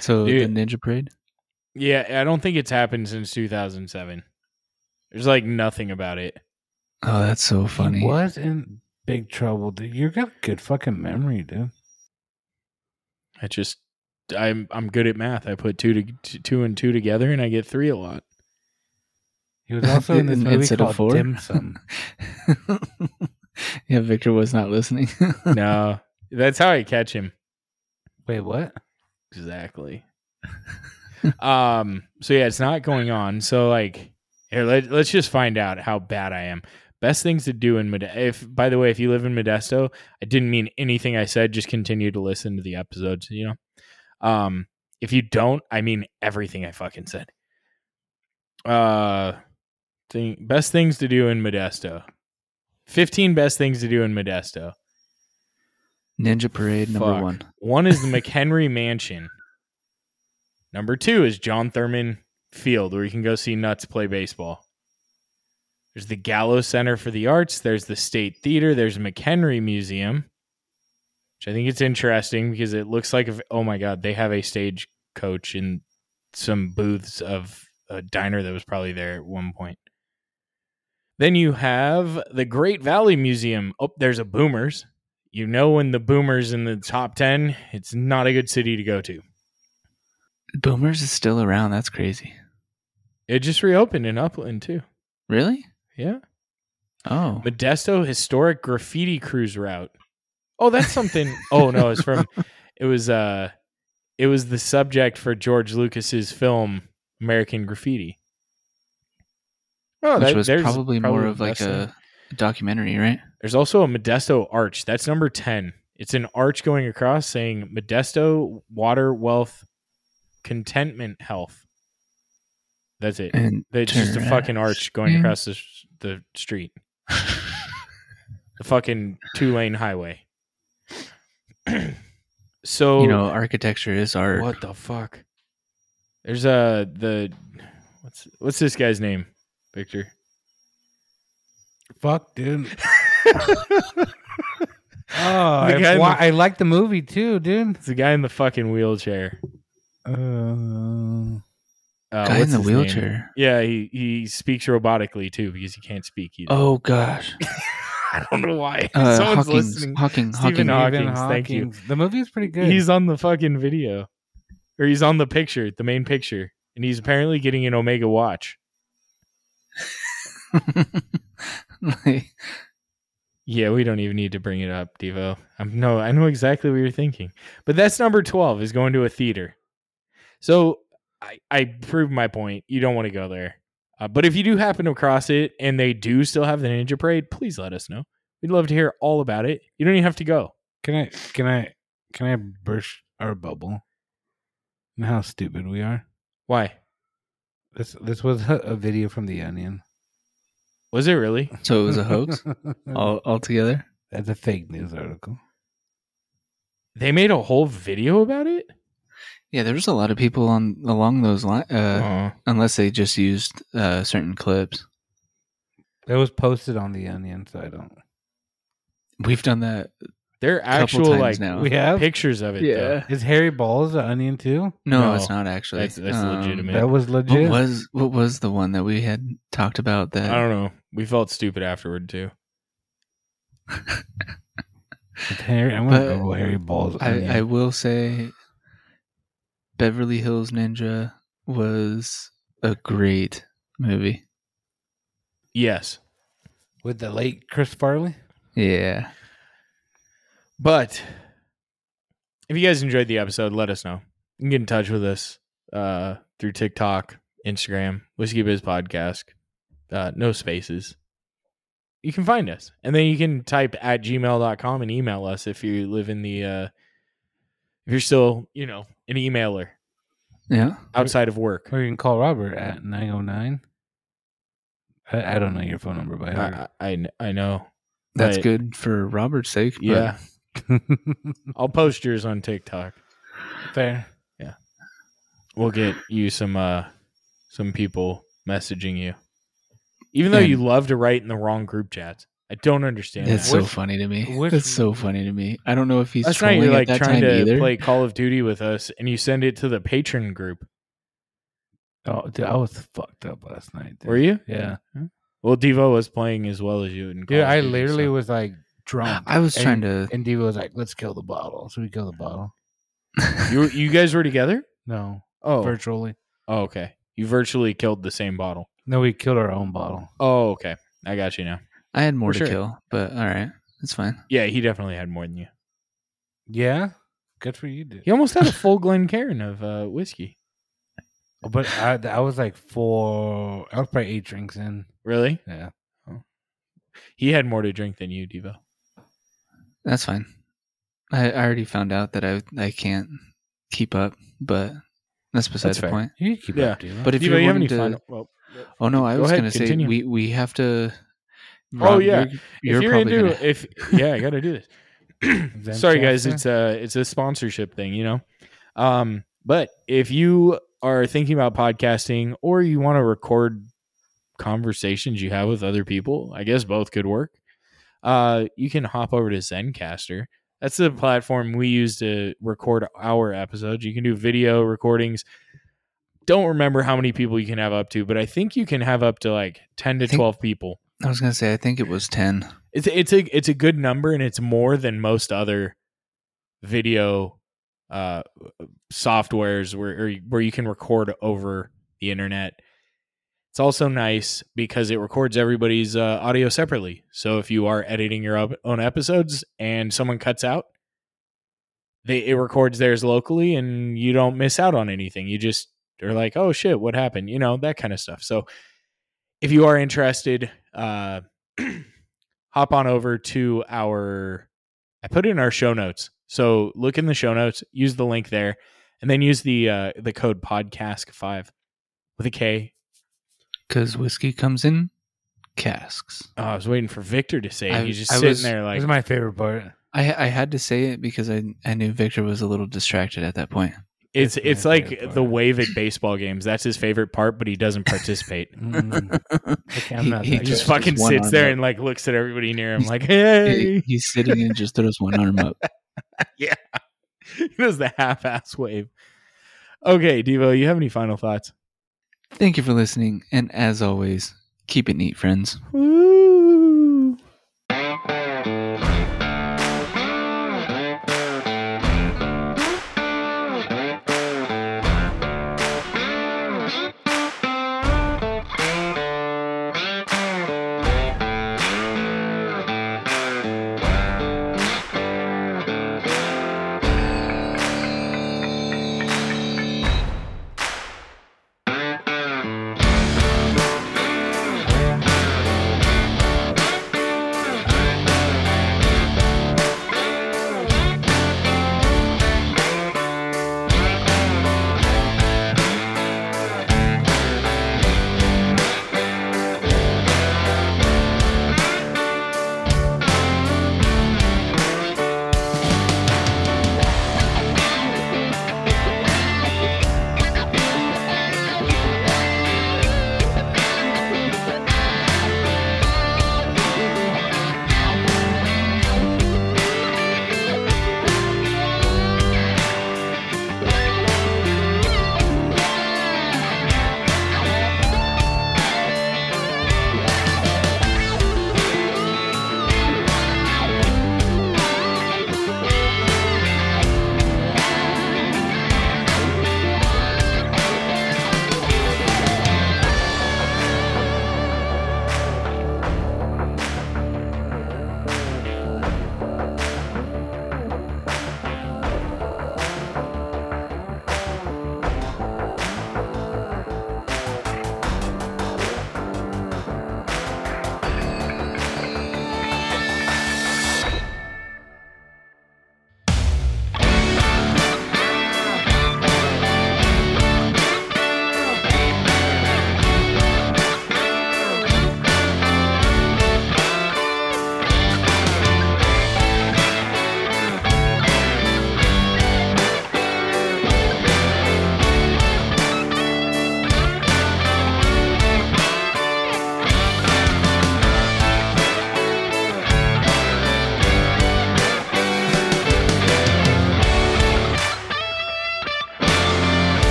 [SPEAKER 1] so
[SPEAKER 3] Dude.
[SPEAKER 1] the Ninja Parade.
[SPEAKER 3] Yeah, I don't think it's happened since 2007. There's like nothing about it.
[SPEAKER 1] Oh, that's so funny.
[SPEAKER 2] He was in big trouble, dude. You got good fucking memory, dude.
[SPEAKER 3] I just I'm I'm good at math. I put two to t- two and two together, and I get three a lot.
[SPEAKER 2] He was also in this
[SPEAKER 1] In-
[SPEAKER 2] movie
[SPEAKER 1] instead of
[SPEAKER 2] called
[SPEAKER 1] four?
[SPEAKER 2] Dim Sum.
[SPEAKER 1] yeah, Victor was not listening.
[SPEAKER 3] no, that's how I catch him.
[SPEAKER 2] Wait, what?
[SPEAKER 3] Exactly. um. So yeah, it's not going on. So like, here let let's just find out how bad I am. Best things to do in Modesto. If by the way, if you live in Modesto, I didn't mean anything I said. Just continue to listen to the episodes. You know. Um. If you don't, I mean everything I fucking said. Uh. Thing best things to do in Modesto. Fifteen best things to do in Modesto.
[SPEAKER 1] Ninja Parade number
[SPEAKER 3] Fuck.
[SPEAKER 1] one.
[SPEAKER 3] One is the McHenry Mansion. Number two is John Thurman Field, where you can go see Nuts play baseball. There's the Gallo Center for the Arts. There's the State Theater. There's McHenry Museum, which I think it's interesting because it looks like, if, oh my God, they have a stage coach in some booths of a diner that was probably there at one point. Then you have the Great Valley Museum. Oh, there's a Boomers you know when the boomers in the top 10 it's not a good city to go to
[SPEAKER 1] Boomers is still around. That's crazy.
[SPEAKER 3] it just reopened in upland too
[SPEAKER 1] Really?
[SPEAKER 3] yeah
[SPEAKER 1] Oh,
[SPEAKER 3] modesto historic graffiti cruise route oh that's something oh no it's from it was uh it was the subject for george lucas's film american graffiti oh
[SPEAKER 1] which
[SPEAKER 3] that-
[SPEAKER 1] was
[SPEAKER 3] there's
[SPEAKER 1] probably, more of like
[SPEAKER 3] Modesto.
[SPEAKER 1] a documentary, right?
[SPEAKER 3] There's also a Modesto arch. That's number 10. It's an arch going across saying Modesto Water Wealth Contentment Health. That's it.
[SPEAKER 1] and
[SPEAKER 3] It's just a
[SPEAKER 1] turn.
[SPEAKER 3] fucking arch going
[SPEAKER 1] Yeah.
[SPEAKER 3] across the, s- the street. the fucking two lane highway. so
[SPEAKER 1] you know, architecture is art.
[SPEAKER 3] what the fuck? There's uh the what's what's this guy's name? Victor.
[SPEAKER 2] Fuck, dude. Oh,
[SPEAKER 3] The guy
[SPEAKER 2] I,
[SPEAKER 3] in
[SPEAKER 2] wa-
[SPEAKER 3] the-
[SPEAKER 2] I like the movie too, dude.
[SPEAKER 3] It's the guy in the fucking wheelchair.
[SPEAKER 2] Uh,
[SPEAKER 3] Uh,
[SPEAKER 1] Guy in
[SPEAKER 3] what's
[SPEAKER 1] the
[SPEAKER 3] his name?
[SPEAKER 1] wheelchair.
[SPEAKER 3] Yeah, he he speaks robotically too because he can't speak either.
[SPEAKER 1] Oh gosh,
[SPEAKER 3] I don't know why.
[SPEAKER 1] uh,
[SPEAKER 3] Someone's
[SPEAKER 1] Hawking,
[SPEAKER 3] listening.
[SPEAKER 1] Hawking, Hawking.
[SPEAKER 3] Stephen Haw-
[SPEAKER 2] Stephen
[SPEAKER 3] Hawking's, thank you.
[SPEAKER 2] Hawking's. The movie's pretty good.
[SPEAKER 3] He's on the fucking video, or he's on the picture, the main picture, and he's apparently getting an Omega watch.
[SPEAKER 1] Like,
[SPEAKER 3] Yeah, we don't even need to bring it up, Devo. I'm no, I know exactly what you're thinking. But that's number 12 is going to a theater. So I, I proved my point. You don't want to go there. Uh, but if you do happen to cross it and they do still have the Ninja Parade, please let us know. We'd love to hear all about it. You don't even have to go.
[SPEAKER 2] Can I can I can I burst our bubble? And how stupid we are.
[SPEAKER 3] Why?
[SPEAKER 2] This this was a, a video from The Onion.
[SPEAKER 3] Was it really?
[SPEAKER 1] so it was a hoax Oh. all altogether.
[SPEAKER 2] That's a fake news article.
[SPEAKER 3] They made a whole video about it?
[SPEAKER 1] Yeah, there was a lot of people on along those lines, uh,
[SPEAKER 3] Uh,
[SPEAKER 1] unless they just used uh, certain clips.
[SPEAKER 2] That was posted on The Onion, so I don't.
[SPEAKER 1] We've done that
[SPEAKER 3] they're
[SPEAKER 1] a couple
[SPEAKER 3] actual
[SPEAKER 1] times
[SPEAKER 3] like
[SPEAKER 1] now.
[SPEAKER 2] We have.
[SPEAKER 3] pictures
[SPEAKER 2] uh,
[SPEAKER 3] of it. Though.
[SPEAKER 2] Is Harry Balls the Onion too?
[SPEAKER 1] No,
[SPEAKER 3] No,
[SPEAKER 1] it's not actually. Um,
[SPEAKER 3] that's- that's legitimate.
[SPEAKER 2] That was
[SPEAKER 1] Oh, What
[SPEAKER 2] legit.
[SPEAKER 1] was what was the one that we had talked about that
[SPEAKER 3] I don't know. We felt stupid afterward too.
[SPEAKER 2] It's Harry, I'm gonna
[SPEAKER 1] But-
[SPEAKER 2] Google Harry Balls. Onion.
[SPEAKER 1] I, I will say Beverly Hills Ninja was a great movie.
[SPEAKER 3] Yes.
[SPEAKER 2] With the late Chris Farley.
[SPEAKER 1] Yeah.
[SPEAKER 3] But if you guys enjoyed the episode, let us know. You can get in touch with us uh, through TikTok, Instagram, Whiskey Biz Podcast, uh, no spaces. You can find us. And then you can type at gmail.com and email us if you live in the, uh, if you're still, you know, an emailer
[SPEAKER 1] Yeah.
[SPEAKER 3] outside of work.
[SPEAKER 2] Or you can call Robert at 909. I, I don't know your phone number by heart.
[SPEAKER 3] I, I, I know.
[SPEAKER 1] That's
[SPEAKER 3] Right.
[SPEAKER 1] good for Robert's sake. But
[SPEAKER 3] Yeah.
[SPEAKER 1] Ah.
[SPEAKER 3] I'll post yours on TikTok.
[SPEAKER 2] Fair.
[SPEAKER 3] we'll get you some uh some people messaging you even though you
[SPEAKER 1] And-
[SPEAKER 3] love to write in the wrong group chats i don't understand
[SPEAKER 1] It's
[SPEAKER 3] that
[SPEAKER 1] so funny to me.
[SPEAKER 2] which-
[SPEAKER 1] That's so funny to me. I don't know if he's
[SPEAKER 3] that's right
[SPEAKER 1] trolling
[SPEAKER 3] you're
[SPEAKER 1] at
[SPEAKER 3] like
[SPEAKER 1] that
[SPEAKER 3] trying
[SPEAKER 1] time
[SPEAKER 3] to
[SPEAKER 1] either.
[SPEAKER 3] play call of duty with us and you send it to the patron group
[SPEAKER 2] Oh, dude, I was fucked up last night. dude.
[SPEAKER 3] were you
[SPEAKER 2] Yeah.
[SPEAKER 3] well devo was playing as well as you in Call
[SPEAKER 2] Dude,
[SPEAKER 3] of
[SPEAKER 2] I
[SPEAKER 3] Duty,
[SPEAKER 2] literally
[SPEAKER 3] so-
[SPEAKER 2] was like drunk.
[SPEAKER 1] I was
[SPEAKER 2] and-
[SPEAKER 1] trying to.
[SPEAKER 2] And Diva was like, let's kill the bottle. So we kill the bottle.
[SPEAKER 3] you, were- you guys were together
[SPEAKER 2] No,
[SPEAKER 3] oh.
[SPEAKER 2] virtually.
[SPEAKER 3] oh okay you virtually killed the same bottle
[SPEAKER 2] No, we killed our own bottle.
[SPEAKER 3] oh okay i got you now
[SPEAKER 1] I had more
[SPEAKER 3] For
[SPEAKER 1] to
[SPEAKER 3] sure.
[SPEAKER 1] kill, but all right, it's fine.
[SPEAKER 3] yeah he definitely had more than you
[SPEAKER 2] Yeah. Good for you, dude.
[SPEAKER 3] he almost had a full glencairn of uh whiskey
[SPEAKER 2] But I, I was like four, I was probably eight drinks in.
[SPEAKER 3] really
[SPEAKER 2] Yeah.
[SPEAKER 3] he had more to drink than you devo
[SPEAKER 1] That's fine. I, I already found out that I I can't keep up, but that's beside
[SPEAKER 3] That's
[SPEAKER 1] the
[SPEAKER 3] fair.
[SPEAKER 1] point.
[SPEAKER 2] You keep
[SPEAKER 3] Yeah.
[SPEAKER 2] up, Diva.
[SPEAKER 1] But if
[SPEAKER 3] Devo,
[SPEAKER 1] you're
[SPEAKER 3] you have any
[SPEAKER 1] willing to-
[SPEAKER 3] final- well,
[SPEAKER 1] Oh no, I
[SPEAKER 3] Go
[SPEAKER 1] was
[SPEAKER 3] ahead,
[SPEAKER 1] going to say
[SPEAKER 3] continue.
[SPEAKER 1] we we have to.
[SPEAKER 3] Oh, yeah.
[SPEAKER 1] you're, you're
[SPEAKER 3] if you're
[SPEAKER 1] probably
[SPEAKER 3] into
[SPEAKER 1] gonna-
[SPEAKER 3] if yeah, I gotta do
[SPEAKER 2] Zen
[SPEAKER 3] this. Sorry guys,
[SPEAKER 2] Shasta?
[SPEAKER 3] it's a it's a sponsorship thing, you know. Um, but if you are thinking about podcasting or you want to record conversations you have with other people, I guess both could work. Uh, you can hop over to ZenCaster. That's the platform we use to record our episodes. You can do video recordings. Don't remember how many people you can have up to, but I think you can have up to like ten to
[SPEAKER 1] think-
[SPEAKER 3] twelve people.
[SPEAKER 1] I was going to say I think it was ten.
[SPEAKER 3] It's a, it's a it's a good number, and it's more than most other video uh, softwares where or, where you can record over the internet. It's also nice because it records everybody's uh, audio separately. So if you are editing your ob- own episodes and someone cuts out, they it records theirs locally, and you don't miss out on anything. You just are like, oh shit, what happened? You know that kind of stuff. So if you are interested. Uh, hop on over to our I put it in our show notes. So look in the show notes, use the link there, and then use the uh the code podcast5 with a K
[SPEAKER 1] because whiskey comes in casks.
[SPEAKER 3] Oh, I was waiting for Victor to say it.
[SPEAKER 1] I-
[SPEAKER 3] He's just
[SPEAKER 1] I
[SPEAKER 3] sitting
[SPEAKER 1] was-
[SPEAKER 3] there like,
[SPEAKER 2] That's my favorite part.
[SPEAKER 1] I I had to say it because I I knew Victor was a little distracted at that point.
[SPEAKER 3] it's
[SPEAKER 2] That's my
[SPEAKER 3] it's like
[SPEAKER 2] favorite
[SPEAKER 3] the
[SPEAKER 2] part.
[SPEAKER 3] wave at baseball games. That's his favorite part, but he doesn't participate.
[SPEAKER 2] Mm. Okay, I'm
[SPEAKER 1] He-
[SPEAKER 2] not
[SPEAKER 1] he
[SPEAKER 2] that
[SPEAKER 3] he
[SPEAKER 2] good.
[SPEAKER 3] just
[SPEAKER 1] Just
[SPEAKER 3] fucking
[SPEAKER 1] one
[SPEAKER 3] sits
[SPEAKER 1] arm
[SPEAKER 3] there
[SPEAKER 1] up.
[SPEAKER 3] and like looks at everybody near him like,
[SPEAKER 1] He-
[SPEAKER 3] hey.
[SPEAKER 1] he's sitting and just throws one arm up.
[SPEAKER 3] he does the half-ass wave. Okay, Devo, you have any final thoughts?
[SPEAKER 1] Thank you for listening, and as always, keep it neat, friends.
[SPEAKER 3] Woo!